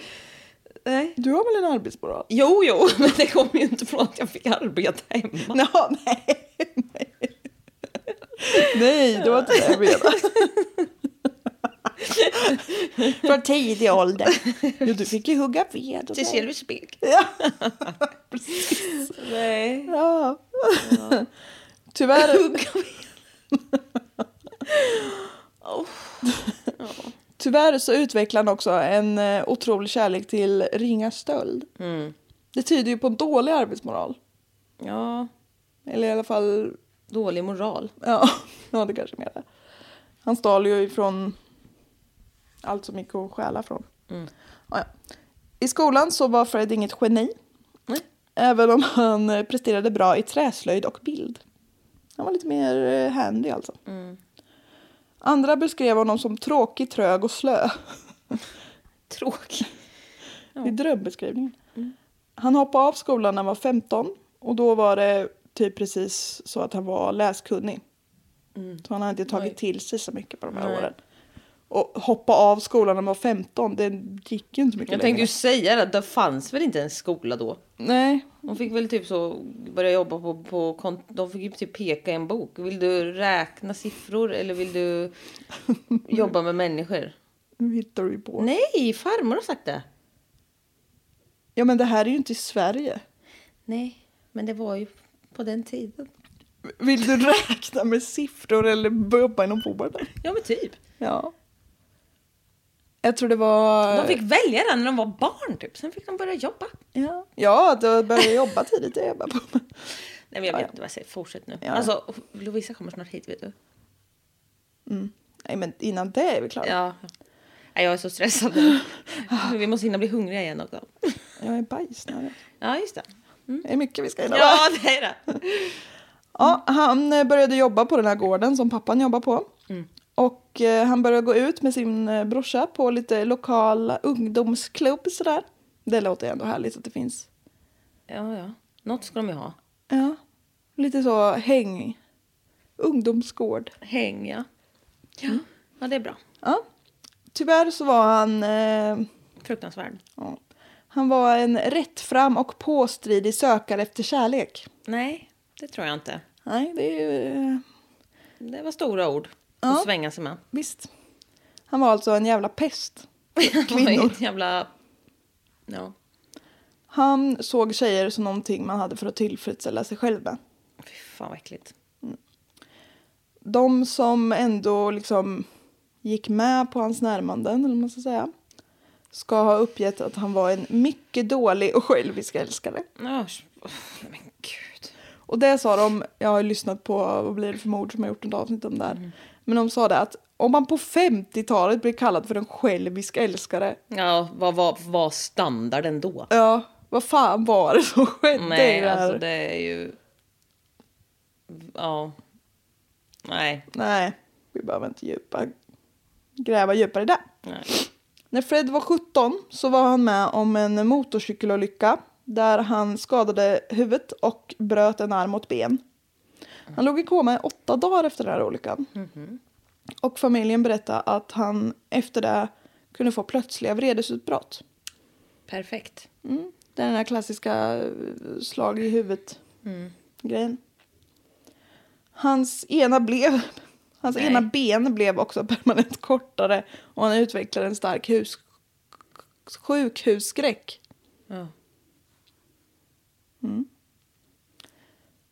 Speaker 3: Nej.
Speaker 2: Du har väl en arbetsmoral?
Speaker 3: Jo, jo, (laughs) men det kom ju inte från att jag fick arbeta hemma.
Speaker 2: Ja, nej. Nej, det var inte det jag menade. (laughs) Från tidig ålder. Jo, du fick ju hugga ved. Och
Speaker 3: (laughs) Det
Speaker 2: grejer.
Speaker 3: ser du i (laughs) spegeln.
Speaker 2: Ja.
Speaker 3: Nej.
Speaker 2: ja. Tyvärr, tyvärr så utvecklade han också en eh, otrolig kärlek till ringa stöld. Det tyder ju på en dålig arbetsmoral.
Speaker 3: Ja,
Speaker 2: Eller i alla fall
Speaker 3: dålig moral.
Speaker 2: Ja, (laughs) ja det kanske är mer det. Han stal ju ifrån allt som gick att stjäla från.
Speaker 3: Mm.
Speaker 2: Ja, ja. I skolan så var Fred inget geni.
Speaker 3: Nej.
Speaker 2: Även om han eh, presterade bra i träslöjd och bild. Han var lite mer eh, handy alltså.
Speaker 3: Mm.
Speaker 2: Andra beskrev honom som tråkig, trög och slö.
Speaker 3: (laughs) Tråkig.
Speaker 2: (laughs)
Speaker 3: Mm.
Speaker 2: I drömbeskrivningen. Han hoppade av skolan när han var 15 och då var det typ precis så att han var läskunnig. Så han hade inte tagit till sig så mycket på de här
Speaker 3: Mm. Nej.
Speaker 2: åren. Och hoppa av skolan när man var 15, det gick ju inte så mycket
Speaker 3: Jag
Speaker 2: längre.
Speaker 3: tänkte ju säga det, det fanns väl inte en skola då?
Speaker 2: Nej,
Speaker 3: De fick väl typ så börja jobba på, på kont- de fick ju typ peka i en bok. Vill du räkna siffror eller vill (laughs) du jobba med människor?
Speaker 2: nu hittar du ju på.
Speaker 3: Nej, farmor har sagt det.
Speaker 2: Ja men det här är ju inte i Sverige.
Speaker 3: Nej, men det var ju på den tiden.
Speaker 2: Vill du räkna med siffror eller börja jobba inom vården?
Speaker 3: Ja, men typ.
Speaker 2: Ja. Jag tror det var...
Speaker 3: De fick välja den när de var barn typ. Sen fick de börja jobba.
Speaker 2: Ja, ja då började jag jobba tidigt. Det är jag bara på.
Speaker 3: Nej, men jag
Speaker 2: Ja,
Speaker 3: vet
Speaker 2: ja.
Speaker 3: inte vad jag säger. Fortsätt nu.
Speaker 2: Ja, ja.
Speaker 3: Alltså, Lovisa kommer snart hit vet du.
Speaker 2: Nej men innan det är vi klara.
Speaker 3: Ja. Nej, jag är så stressad
Speaker 2: (laughs)
Speaker 3: nu. Vi måste hinna bli hungriga igen också.
Speaker 2: Jag är bajsnödig.
Speaker 3: Ja, just det.
Speaker 2: Det är mycket vi ska hinna
Speaker 3: Ja,
Speaker 2: med.
Speaker 3: det är det.
Speaker 2: ja, Han eh, började jobba på den här gården som pappan jobbar på. Och eh, han började gå ut med sin eh, brorsa på lite lokal ungdomsklubb sådär. Det låter ju ändå härligt att det finns.
Speaker 3: Ja, ja. Något ska de ju ha.
Speaker 2: Ja, lite så häng. Ungdomsgård.
Speaker 3: Häng, ja. Ja, ja det är bra.
Speaker 2: Ja. Tyvärr så var han... Eh,
Speaker 3: Fruktansvärd.
Speaker 2: ja. Han var en rättfram och påstridig sökare efter kärlek.
Speaker 3: Nej, det tror jag inte.
Speaker 2: Nej, det är ju... eh,
Speaker 3: Det var stora ord
Speaker 2: Ja.
Speaker 3: att svänga
Speaker 2: (laughs)
Speaker 3: sig med.
Speaker 2: Visst. Han var alltså en jävla pest.
Speaker 3: Det var ju
Speaker 2: Kvinnor.
Speaker 3: ett jävla... Ja,
Speaker 2: Han såg tjejer som någonting man hade för att tillfredsställa sig själv med.
Speaker 3: fy fan vad äckligt.
Speaker 2: De som ändå liksom gick med på hans närmanden, eller vad man ska säga, ska ha uppgett att han var en mycket dålig och självisk älskare.
Speaker 3: Ja, s- åh, men gud.
Speaker 2: Och det sa de, jag har ju lyssnat på vad blir det för mord som har gjort ett avsnitt om det här.
Speaker 3: Mm.
Speaker 2: Men de sa det att om man på 50-talet blir kallad för en självisk älskare,
Speaker 3: Ja, vad var, var standarden då?
Speaker 2: ja, vad fan var det som skedde i
Speaker 3: Nej,
Speaker 2: det här?
Speaker 3: alltså det är ju... Ja. Nej.
Speaker 2: Nej, vi behöver inte djupa, gräva djupare där.
Speaker 3: Nej.
Speaker 2: När Fred var 17 så var han med om en motorcykelolycka där han skadade huvudet och bröt en arm och ett ben. Han låg i koma i åtta dagar efter den här olyckan. Och familjen berättade att han efter det kunde få plötsliga vredesutbrott.
Speaker 3: Perfekt.
Speaker 2: Mm. Det är den här klassiska eh, slag i
Speaker 3: Mm.
Speaker 2: huvudet-grejen. Hans, ena, blev, (laughs) hans
Speaker 3: Nej.
Speaker 2: ena ben blev också (laughs) permanent kortare och han utvecklade en stark hus, sjukhusskräck.
Speaker 3: Ja.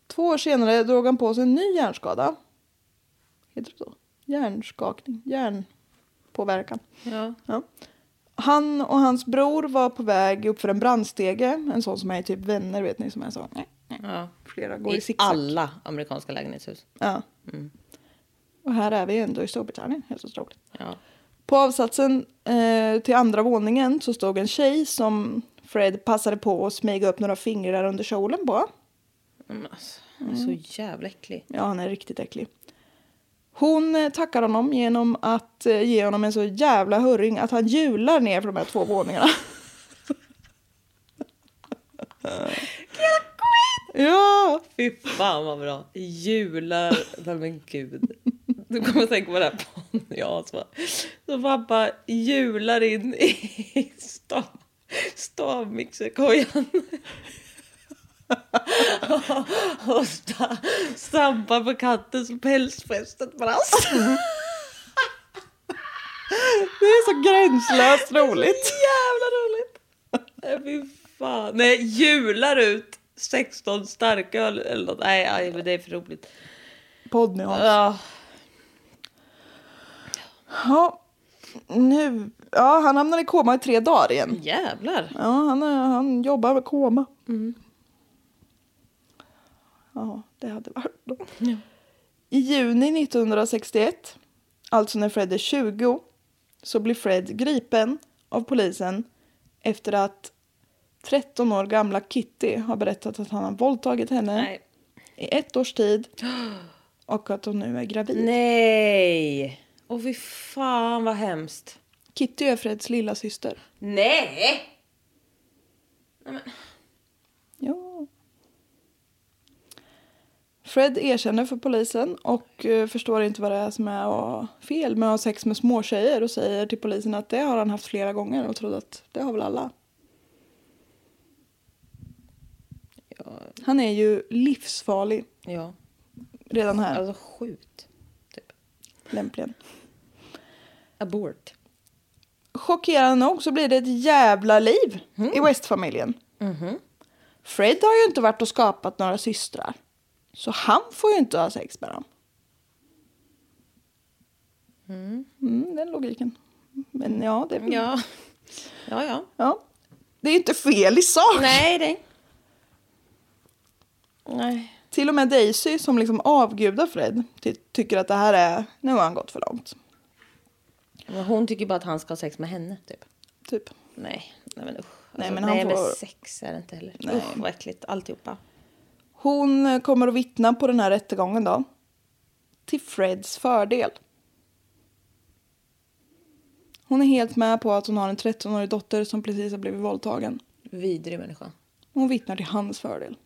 Speaker 2: Två år senare drog han på sig en ny hjärnskada. Heter det så? Hjärnskakning, hjärnpåverkan.
Speaker 3: Ja.
Speaker 2: Ja. Han och hans bror var på väg upp för en brandstege, en sån som är typ vänner vet ni som är så.
Speaker 3: ja.
Speaker 2: Flera går i,
Speaker 3: I
Speaker 2: zigzag.
Speaker 3: alla amerikanska lägenhetshus.
Speaker 2: Ja. Och här är vi ändå i Storbritannien, helt otroligt.
Speaker 3: Ja.
Speaker 2: På avsatsen eh, till andra våningen så stod en tjej som Fred passade på att smyga upp några fingrar under kjolen på.
Speaker 3: Men alltså, han är så jävla äcklig.
Speaker 2: Ja, han är riktigt äcklig. Hon eh, tackar honom genom att eh, ge honom en så jävla hurring att han hjular ner för de här två våningarna. Ja!
Speaker 3: Fy fan vad bra. Jular. Nej men gud. Du kommer att tänka på det här på (laughs) ja, så, bara- så pappa jular in i stav, stavmixerkojan. (laughs) och sta, stampar på kattens pälsfäste på rassen.
Speaker 2: Det är så gränslöst roligt.
Speaker 3: (laughs) Jävla roligt. Nej, Fy fan. Nej, jular ut 16 starköl eller något. Nej, aj, men det är för roligt. Ah.
Speaker 2: Podd nu Hans.
Speaker 3: Ja.
Speaker 2: Ja, nu. Ja, han hamnar i koma i tre dagar igen.
Speaker 3: Jävlar.
Speaker 2: Ja, han, är- han jobbar med koma. Ja, det hade varit då. I juni 1961, alltså när Fred är 20, så blir Fred gripen av polisen efter att 13 år gamla Kitty har berättat att han har våldtagit henne
Speaker 3: Nej.
Speaker 2: i ett års tid och att hon nu är gravid.
Speaker 3: Nej! Åh fy fan vad hemskt.
Speaker 2: Kitty är Freds lilla syster.
Speaker 3: Nej!
Speaker 2: Ja. Fred erkänner för polisen och eh, förstår inte vad det är som är ah, fel med att ha sex med småtjejer och säger till polisen att det har han haft flera gånger och trodde att det har väl alla. Han är ju livsfarlig
Speaker 3: Ja,
Speaker 2: redan här,
Speaker 3: alltså skjut. Typ.
Speaker 2: lämpligen.
Speaker 3: Abort.
Speaker 2: Chockerande nog så blir det ett jävla liv i West-familjen. Fred har ju inte varit och skapat några systrar. Så han får ju inte ha sex med dem. Mm, den logiken. Men ja, det är väl-
Speaker 3: Ja. Mm. Ja, ja.
Speaker 2: ja. Det är inte fel i sak.
Speaker 3: Nej, nej. Nej.
Speaker 2: Till och med Daisy som liksom avgudar Fred ty- tycker att det här är, nu har han gått för långt.
Speaker 3: Men hon tycker bara att han ska ha sex med henne, typ.
Speaker 2: Typ.
Speaker 3: Nej, nej men usch. Alltså,
Speaker 2: Nej, men han
Speaker 3: nej,
Speaker 2: får-
Speaker 3: men sex är det inte heller.
Speaker 2: Nej.
Speaker 3: Usch, vad äckligt. Alltihopa.
Speaker 2: Hon eh, kommer att vittna på den här rättegången då. Till Freds fördel. Hon är helt med på att hon har en 13-årig dotter som precis har blivit våldtagen.
Speaker 3: Vidrig människa.
Speaker 2: Hon vittnar till hans fördel.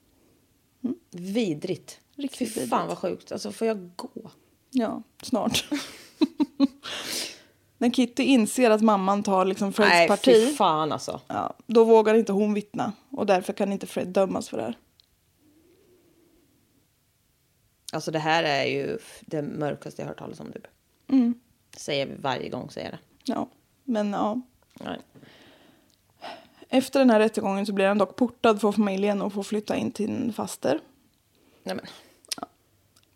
Speaker 3: Vidrigt.
Speaker 2: Riktigt
Speaker 3: Fy
Speaker 2: vidrigt.
Speaker 3: fan vad sjukt. Alltså får jag gå?
Speaker 2: Ja, snart. (laughs) När Kitty inser att mamman tar liksom Freds
Speaker 3: nej, fy
Speaker 2: parti,
Speaker 3: fan alltså.
Speaker 2: ja, då vågar inte hon vittna. Och därför kan inte Fred dömas för det här.
Speaker 3: Alltså det här är ju f- det mörkaste jag hört talas om typ.
Speaker 2: Mm.
Speaker 3: Säger vi varje gång säger jag det.
Speaker 2: Ja, men ja.
Speaker 3: Nej.
Speaker 2: Efter den här rättegången så blir han dock portad från familjen och får flytta in till en faster.
Speaker 3: Nej men.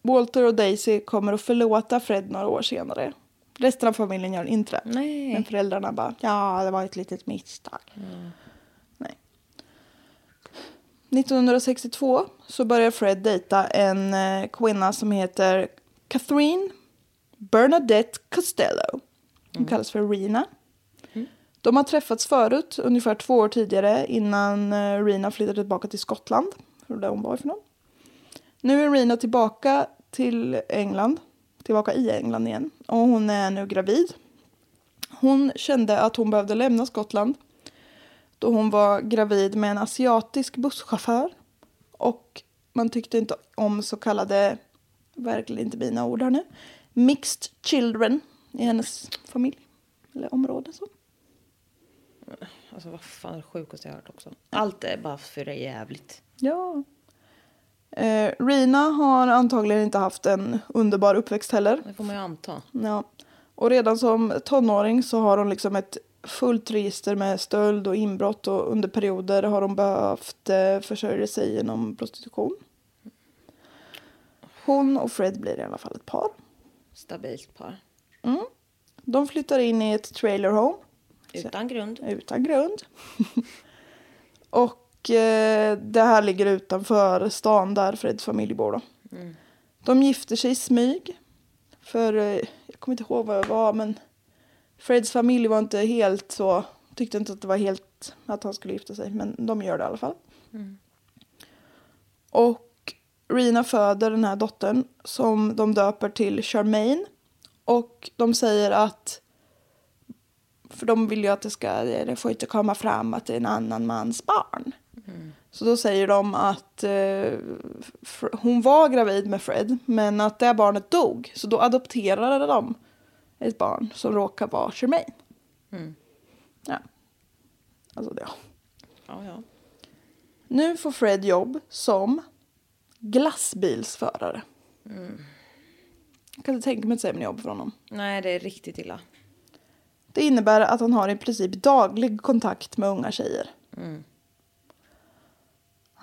Speaker 2: Walter och Daisy kommer att förlåta Fred några år senare. Resten av familjen gör inte det.
Speaker 3: Nej.
Speaker 2: Men föräldrarna bara, ja det var ett litet misstag. Nej. 1962 så börjar Fred dejta en eh, kvinna som heter Catherine Bernadette Costello. Hon kallas för Rina. De har träffats förut, ungefär två år tidigare, innan eh, Rina flyttade tillbaka till Skottland. För det var där hon var ifrån. Nu är Rina tillbaka till England, tillbaka i England igen. Och hon är nu gravid. Hon kände att hon behövde lämna Skottland då hon var gravid med en asiatisk busschaufför. Och man tyckte inte om så kallade, verkligen inte mina ord här nu, mixed children i hennes familj. Eller område så.
Speaker 3: Alltså vad fan är det sjukaste jag hört också. Allt är bara för jävligt.
Speaker 2: Ja. Eh, Rina har antagligen inte haft en underbar uppväxt heller.
Speaker 3: Det får man ju anta.
Speaker 2: Ja. Och redan som tonåring så har hon liksom ett fullt register med stöld och inbrott och under perioder har hon behövt eh, försörja sig genom prostitution. Hon och Fred blir i alla fall ett par.
Speaker 3: Stabilt par.
Speaker 2: De flyttar in i ett trailerhome
Speaker 3: Utan grund.
Speaker 2: utan grund. (laughs) och eh, det här ligger utanför stan där Freds familj bor. Då. De gifter sig i smyg. För eh, jag kommer inte ihåg vad det var men Freds familj var inte helt så, tyckte inte att det var helt att han skulle gifta sig men de gör det i alla fall. Och Rina föder den här dottern som de döper till Charmaine. Och de säger att, för de vill ju att det ska, det får inte komma fram att det är en annan mans barn. Så då säger de att eh, Fr- hon var gravid med Fred, men att det barnet dog. Så då adopterade de ett barn som råkar vara Charmaine. Ja. Alltså, ja.
Speaker 3: Ja, ja.
Speaker 2: Nu får Fred jobb som glassbilsförare. Jag kan inte tänka mig ett sämre jobb för honom.
Speaker 3: Nej, det är riktigt illa.
Speaker 2: Det innebär att han har i princip daglig kontakt med unga tjejer. Han har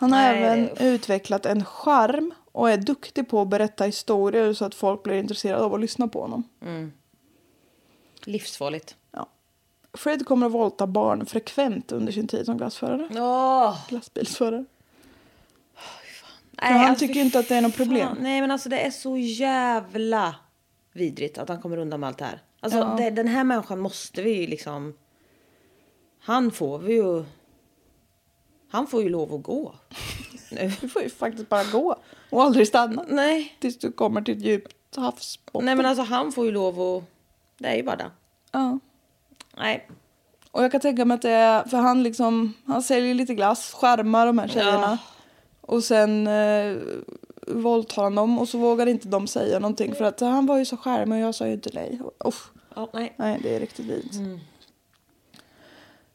Speaker 3: Mm. Nej,
Speaker 2: även
Speaker 3: uff.
Speaker 2: utvecklat en charm och är duktig på att berätta historier så att folk blir intresserade av att lyssna på honom.
Speaker 3: Livsfarligt.
Speaker 2: Ja. Fred kommer att våldta barn frekvent under sin tid som glassförare.
Speaker 3: Åh!
Speaker 2: glassbilsförare.
Speaker 3: Nej,
Speaker 2: han
Speaker 3: alltså,
Speaker 2: tycker
Speaker 3: fy
Speaker 2: inte att det är något
Speaker 3: fan.
Speaker 2: problem.
Speaker 3: Nej, men alltså det är så jävla vidrigt att han kommer undan med allt det här. Alltså det, den här människan måste vi ju liksom... Han får vi ju... Han får ju lov
Speaker 2: (laughs)
Speaker 3: att gå. Nu.
Speaker 2: Du får ju faktiskt bara gå och aldrig stanna.
Speaker 3: Nej.
Speaker 2: Tills du kommer till ett djupt havsbotten.
Speaker 3: Nej, men alltså han får ju lov att... Det är ju bara det.
Speaker 2: ja.
Speaker 3: Nej.
Speaker 2: Och jag kan tänka mig att det är, för han liksom, han säljer lite glass, skärmar de här tjejerna. Och sen eh, våldtar han dem och så vågar inte de säga någonting för att han var ju så skärmig och jag sa ju inte nej. Uff.
Speaker 3: Ja, nej.
Speaker 2: Nej, det är riktigt vidrigt.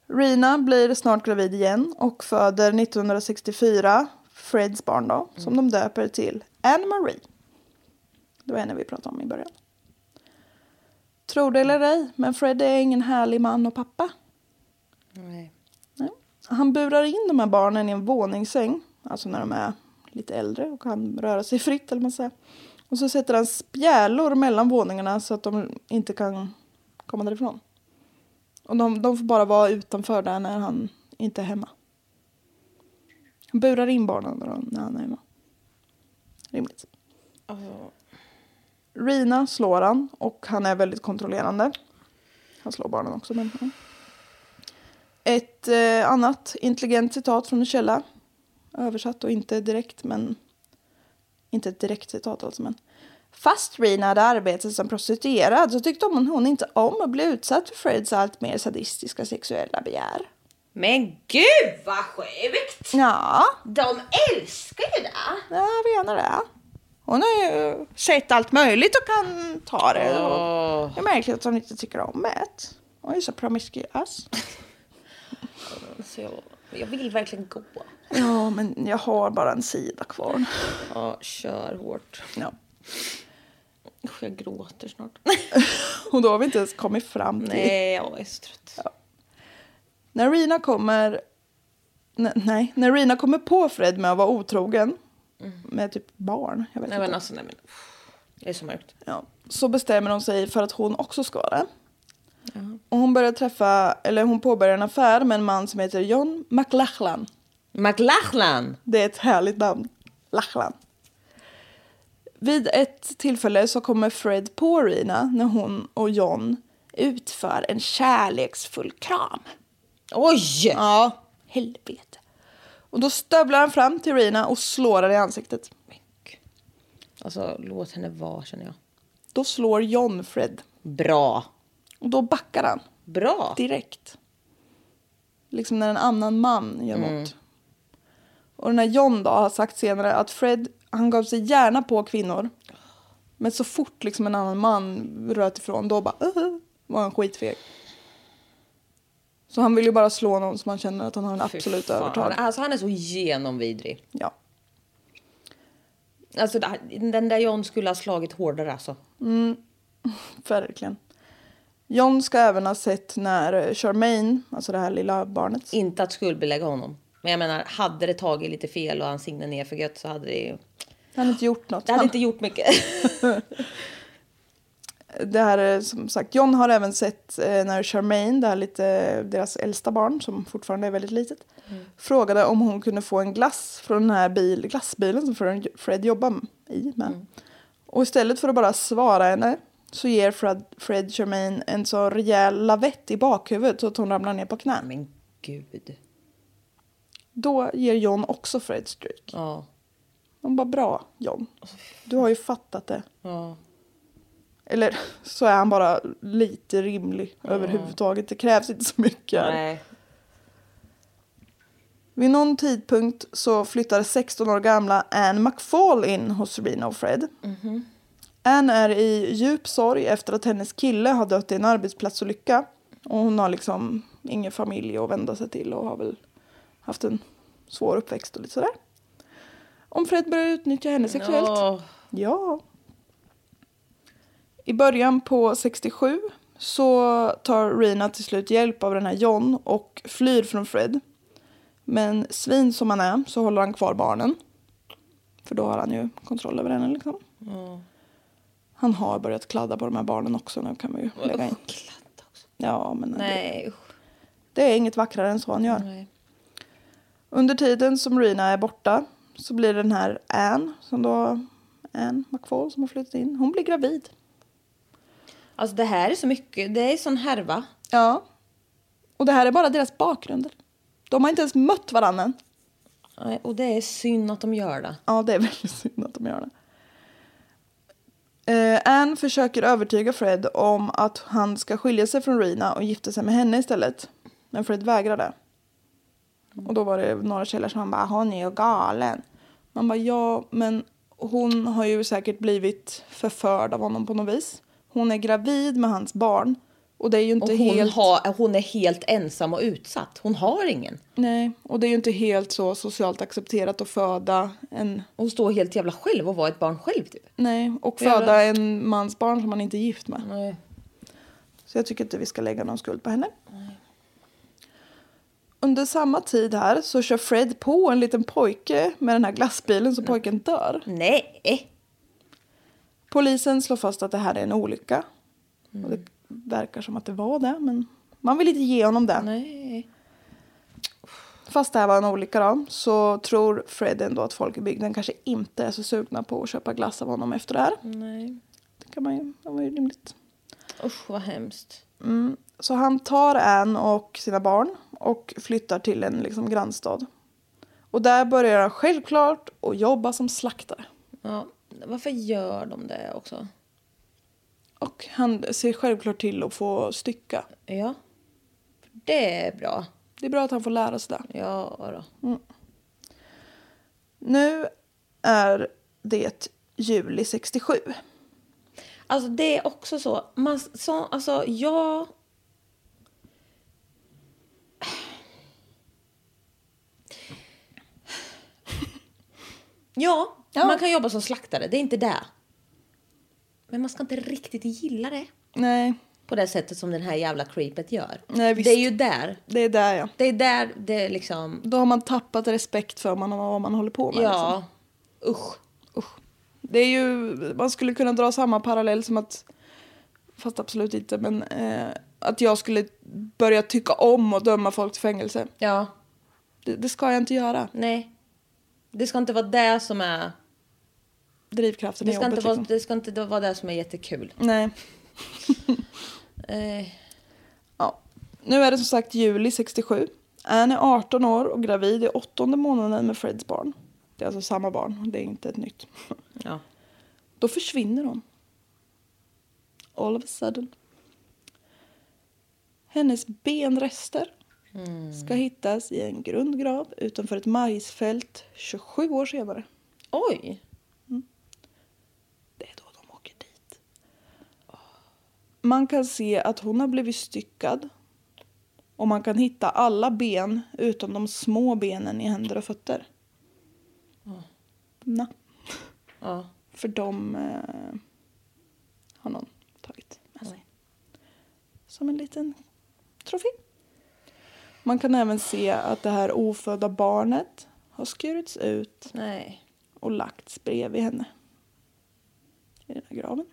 Speaker 2: Rina blir snart gravid igen och föder 1964 Freds barn då, som de döper till Anne Marie. Det var henne vi pratade om i början. Tror det eller ej, men Fred är ingen härlig man och pappa.
Speaker 3: nej.
Speaker 2: Nej. Han burar in de här barnen i en våningssäng, alltså när de är lite äldre och kan röra sig (laughs) fritt. Eller vad man säger. Och så sätter han spjälor mellan våningarna så att de inte kan komma därifrån. Och de, de får bara vara utanför där när han inte är hemma. Han burar in barnen när de- när han är hemma. Rimligt.
Speaker 3: Alltså,
Speaker 2: Rina slår han och han är väldigt kontrollerande. Han slår barnen också. Men, ja. Ett eh, annat intelligent citat från en källa. Översatt och inte direkt men... Inte ett direkt citat alltså men. Fast Rina hade arbetat som prostituerad så tyckte hon, hon inte om att bli utsatt för Freds allt mer sadistiska sexuella begär.
Speaker 3: Men gud vad sjukt!
Speaker 2: Ja,
Speaker 3: De älskar ju det!
Speaker 2: jag menar det. Hon har ju sett allt möjligt och kan ta det. Och...
Speaker 3: Åh.
Speaker 2: Det är märkligt att hon inte tycker om det. Hon är så
Speaker 3: (laughs)
Speaker 2: promiskuös.
Speaker 3: Alltså, jag, jag vill verkligen gå.
Speaker 2: Ja, men jag har bara en sida kvar.
Speaker 3: Ja, kör hårt.
Speaker 2: Ja.
Speaker 3: Usch, jag
Speaker 2: (laughs)
Speaker 3: gråter snart.
Speaker 2: Och då har vi inte ens kommit fram till...
Speaker 3: Nej, jag är så trött.
Speaker 2: När Rina kommer... Nej, nej, när Rina kommer på Fred med att vara otrogen med typ barn, jag vet
Speaker 3: Mm. Nej
Speaker 2: inte.
Speaker 3: men alltså, nej men. uff. Det är så mörkt.
Speaker 2: Ja, så bestämmer hon sig för att hon också ska det. Och hon börjar träffa, eller hon påbörjar en affär med en man som heter John McLachlan.
Speaker 3: McLachlan!
Speaker 2: Det är ett härligt namn. Lachlan. Vid ett tillfälle så kommer Fred på Rina när hon och John utför en kärleksfull kram.
Speaker 3: Oj!
Speaker 2: Ja, helvete. Och då stövlar han fram till Rina och slår henne i ansiktet.
Speaker 3: Alltså, låt henne vara känner jag.
Speaker 2: Då slår John Fred.
Speaker 3: Bra.
Speaker 2: Och då backar han
Speaker 3: Bra.
Speaker 2: direkt. Liksom när en annan man gör
Speaker 3: Mm.
Speaker 2: något. Och den här John då har sagt senare att Fred, han gav sig gärna på kvinnor. Men så fort liksom en annan man röt ifrån då bara "Öh", var han skitfeg. Så han vill ju bara slå någon som han känner att han har en
Speaker 3: Fy
Speaker 2: absolut
Speaker 3: fan.
Speaker 2: övertag.
Speaker 3: Alltså han är så genomvidrig.
Speaker 2: Ja.
Speaker 3: Alltså det- den där John skulle ha slagit hårdare alltså.
Speaker 2: Verkligen. John ska även ha sett när Charmaine, alltså det här lilla barnet.
Speaker 3: Inte att skuldbelägga honom. Men jag menar, hade det tagit lite fel och han signade ner för gött så hade det ju...
Speaker 2: Han har inte gjort något.
Speaker 3: Det hade
Speaker 2: Han-
Speaker 3: inte gjort mycket.
Speaker 2: det här är som sagt, John har även sett eh, när Charmaine, det här lite, deras äldsta barn som fortfarande är väldigt litet, frågade om hon kunde få en glass från den här bil, glassbilen som Fred- Fred jobbar i med. Och istället för att bara svara henne så ger Fred, Fred Charmaine en så rejäl lavett i bakhuvudet så att hon ramlar ner på knä.
Speaker 3: Men gud.
Speaker 2: Då ger John också Fred stryk.
Speaker 3: Ja.
Speaker 2: Man bara, bra John.
Speaker 3: Alltså,
Speaker 2: Du har ju fattat det.
Speaker 3: Ja.
Speaker 2: Eller (laughs) så är han bara lite rimlig överhuvudtaget. Det krävs inte så mycket. här.
Speaker 3: Nej.
Speaker 2: Vid någon tidpunkt så flyttar 16 år gamla Anne McFall in hos Serena och Fred.
Speaker 3: Mhm.
Speaker 2: Anne är i djup sorg efter att hennes kille har dött i en arbetsplatsolycka. Och hon har liksom ingen familj att vända sig till och har väl haft en svår uppväxt och lite sådär. Om Fred börjar utnyttja henne sexuellt.
Speaker 3: Åh.
Speaker 2: Ja. I början på 67 så tar Rena till slut hjälp av den här John och flyr från Fred. Men svin som han är så håller han kvar barnen. För då har han ju kontroll över henne liksom. Han har börjat kladda på de här barnen också nu kan man ju lägga in.
Speaker 3: Kladd också.
Speaker 2: Ja men det,
Speaker 3: Nej, usch.
Speaker 2: det är inget vackrare än så han gör.
Speaker 3: Nej.
Speaker 2: Under tiden som Rina är borta så blir den här Anne, som då Anne McFall som har flyttat in, hon blir gravid.
Speaker 3: Alltså det här är så mycket. Det är sån härva.
Speaker 2: Ja. Och det här är bara deras bakgrunder. De har inte ens mött varandra än.
Speaker 3: Nej, och det är synd att de gör det.
Speaker 2: Ja, det är väldigt synd att de gör det. Eh, Anne försöker övertyga Fred om att han ska skilja sig från Rina och gifta sig med henne istället. Men Fred vägrar det. Och då var det några källor som han bara, hon är ju galen. Man bara, ja, men hon har ju säkert blivit förförd av honom på något vis. Hon är gravid med hans barn. Och det är ju
Speaker 3: Och
Speaker 2: inte
Speaker 3: hon,
Speaker 2: helt...
Speaker 3: har, hon är helt ensam och utsatt. Hon har ingen.
Speaker 2: Nej, och det är ju inte helt så socialt accepterat att föda en,
Speaker 3: Hon står helt jävla själv och var ett barn själv typ.
Speaker 2: nej, och
Speaker 3: Jävlar.
Speaker 2: föda en mans barn som man inte är gift med.
Speaker 3: Nej.
Speaker 2: Så jag tycker inte vi ska lägga någon skuld på henne. Under samma tid här så kör Fred på en liten pojke med den här glassbilen så pojken dör.
Speaker 3: Nej.
Speaker 2: Polisen slår fast att det här är en olycka. Och det verkar som att det var det, men man vill inte ge honom det.
Speaker 3: Nej.
Speaker 2: Fast det här var en olycka då, så tror Fred ändå att folk i bygden kanske inte är så sugna på att köpa glass av honom efter det här.
Speaker 3: Nej.
Speaker 2: Det kan man ju, det var ju rimligt.
Speaker 3: Usch vad hemskt.
Speaker 2: Mm. Så han tar Ann och sina barn och flyttar till en liksom grannstad. Och där börjar han självklart att jobba som slaktare.
Speaker 3: Ja. Varför gör de det också?
Speaker 2: Och han ser självklart till att få stycka.
Speaker 3: Ja. Det är bra.
Speaker 2: Det är bra att han får lära sig det.
Speaker 3: Ja då.
Speaker 2: Nu är det juli 67.
Speaker 3: Alltså det är också så. Man, så alltså jag... (sighs) Ja,
Speaker 2: Ja.
Speaker 3: man kan jobba som slaktare. Det är inte det. Men man ska inte riktigt gilla det.
Speaker 2: Nej,
Speaker 3: På det sättet som den här jävla creepet gör.
Speaker 2: Nej, visst.
Speaker 3: Det är ju där.
Speaker 2: det är där ja.
Speaker 3: Det är där det är liksom...
Speaker 2: Då har man tappat respekt för man, vad man håller på med. liksom.
Speaker 3: Ja. Usch.
Speaker 2: Det är ju, man skulle kunna dra samma parallell som att, fast absolut inte, men eh, att jag skulle börja tycka om och döma folk till fängelse.
Speaker 3: Ja.
Speaker 2: Det, det ska jag inte göra.
Speaker 3: Nej. Det ska inte vara det som är...
Speaker 2: Drivkraften
Speaker 3: Det
Speaker 2: i
Speaker 3: ska,
Speaker 2: jobbet.
Speaker 3: inte vara,
Speaker 2: liksom.
Speaker 3: det ska inte vara det som är jättekul.
Speaker 2: Nej.
Speaker 3: Eh,
Speaker 2: Ja. Nu är det som sagt juli 67. Anne är 18 år och gravid i åttonde månaden med Freds barn. Det är alltså samma barn, det är inte ett nytt.
Speaker 3: ja.
Speaker 2: Då försvinner hon. All of a sudden. Hennes benrester ska hittas i en grundgrav utanför ett majsfält 27 år senare.
Speaker 3: Oj!
Speaker 2: Det är då de åker dit. Man kan se att hon har blivit styckad. Och man kan hitta alla ben utom de små benen i händer och fötter. Mm. Na.
Speaker 3: Ja.
Speaker 2: För de eh, har någon tagit med sig. Som en liten trofé. Man kan även se att det här ofödda barnet har skurits ut
Speaker 3: Nej.
Speaker 2: och lagts bredvid henne. I den här graven.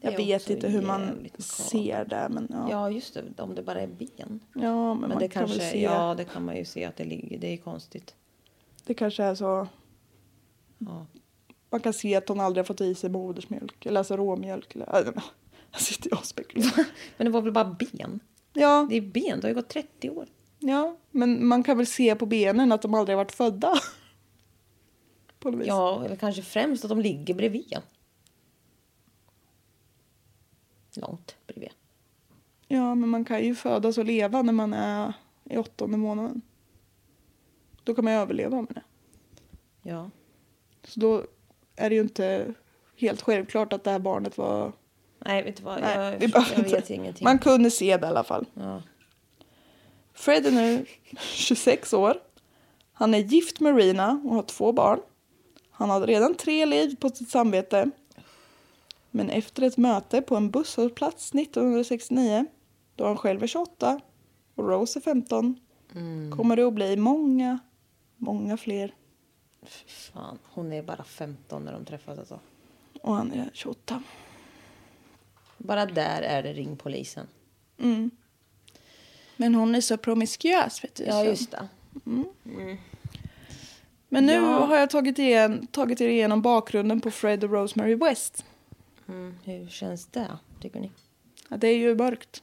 Speaker 3: Det är
Speaker 2: Jag vet
Speaker 3: också
Speaker 2: inte hur man
Speaker 3: jävligt makabert.
Speaker 2: ser det men ja.
Speaker 3: Ja. just det. Om det bara är ben.
Speaker 2: Ja, men,
Speaker 3: Men,
Speaker 2: man kan
Speaker 3: det kanske...
Speaker 2: väl se.
Speaker 3: Ja, det kan man ju se att det ligger. Det är konstigt.
Speaker 2: Det kanske är så. Mm.
Speaker 3: Ja. (laughs)
Speaker 2: Man kan se att hon aldrig har fått i sig modersmjölk eller alltså råmjölk. Eller, jag vet inte. här sitter jag och
Speaker 3: (laughs)
Speaker 2: spekulerar.
Speaker 3: Men det var väl bara ben?
Speaker 2: Ja,
Speaker 3: Det är ben. Det har ju gått 30 år.
Speaker 2: Ja, men man kan väl se på benen att de aldrig har varit födda. (laughs) på något vis.
Speaker 3: Ja, eller kanske främst att de ligger bredvid en. Långt bredvid.
Speaker 2: Ja, men man kan ju födas och leva när man är i åttonde månaden. Då kan man ju överleva med det.
Speaker 3: Ja.
Speaker 2: Så då är det ju inte helt självklart att det här barnet var...
Speaker 3: Nej, vet du vad?
Speaker 2: Nej,
Speaker 3: jag,
Speaker 2: vi
Speaker 3: jag
Speaker 2: behöver
Speaker 3: vet
Speaker 2: inte.
Speaker 3: ingenting.
Speaker 2: Man kunde se det i alla fall.
Speaker 3: Ja.
Speaker 2: Fred är nu 26 år. Han är gift med Rina och har två barn. Han hade redan tre liv på sitt samvete. Men efter ett möte på en busshållplats 1969, då han själv är 28 och Rose är 15, kommer det att bli många, många fler.
Speaker 3: Fy Fan, hon är bara 15 när de träffas alltså.
Speaker 2: Och han är 28.
Speaker 3: Bara där är det ring polisen.
Speaker 2: Men hon är så promiskuös, vet du.
Speaker 3: Ja, just det.
Speaker 2: Men nu har jag tagit, igen, tagit er igenom bakgrunden på Fred och Rosemary West.
Speaker 3: Mm. Hur känns det, tycker ni?
Speaker 2: Ja, det är ju mörkt.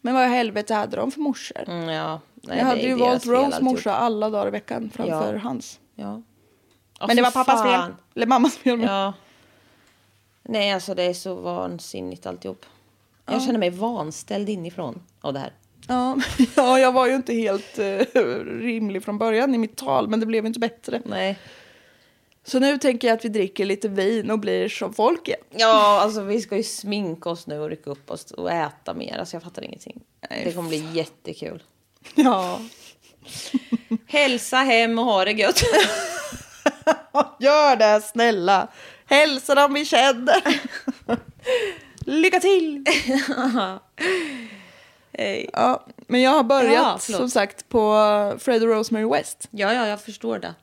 Speaker 2: Men vad i helvete hade de för morsor?
Speaker 3: Mm, ja. Nej,
Speaker 2: jag hade
Speaker 3: det är
Speaker 2: ju
Speaker 3: deras
Speaker 2: valt
Speaker 3: fel
Speaker 2: Rose
Speaker 3: alltihop.
Speaker 2: morsa alla dagar i veckan framför
Speaker 3: Ja.
Speaker 2: hans.
Speaker 3: Ja.
Speaker 2: Men det var pappas fel. Eller mammas fel. Ja.
Speaker 3: Ja. Nej, alltså det är så vansinnigt alltihop. Jag känner mig vanställd inifrån av det här.
Speaker 2: Ja. (laughs) jag var ju inte helt eh, rimlig från början i mitt tal, men det blev inte bättre.
Speaker 3: Nej.
Speaker 2: Så nu tänker jag att vi dricker lite vin och blir som folket.
Speaker 3: (laughs) Ja, alltså vi ska ju sminka oss nu och rycka upp oss och äta mer. Alltså jag fattar ingenting.
Speaker 2: Nej,
Speaker 3: det kommer bli jättekul.
Speaker 2: (laughs) Ja,
Speaker 3: Hälsa hem och ha det gött.
Speaker 2: (laughs) gör det snälla. Hälsa dem vi känner. (laughs) Lycka till!
Speaker 3: (laughs) Hej.
Speaker 2: Ja, men jag har börjat
Speaker 3: Ja, förlåt.
Speaker 2: som sagt på Fred och Rosemary West.
Speaker 3: (laughs) Ja, ja, jag förstår det.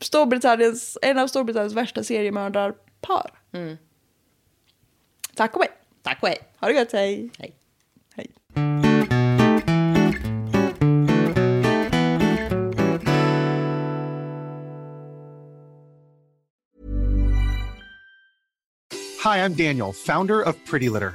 Speaker 2: Storbritanniens, en av Storbritanniens värsta seriemördarpar.
Speaker 3: Mm.
Speaker 2: Tack och hej.
Speaker 3: Tack och hej.
Speaker 2: Ha det gött, hej.
Speaker 3: Hej.
Speaker 2: hej.
Speaker 6: Hi, I'm Daniel, founder of Pretty Litter.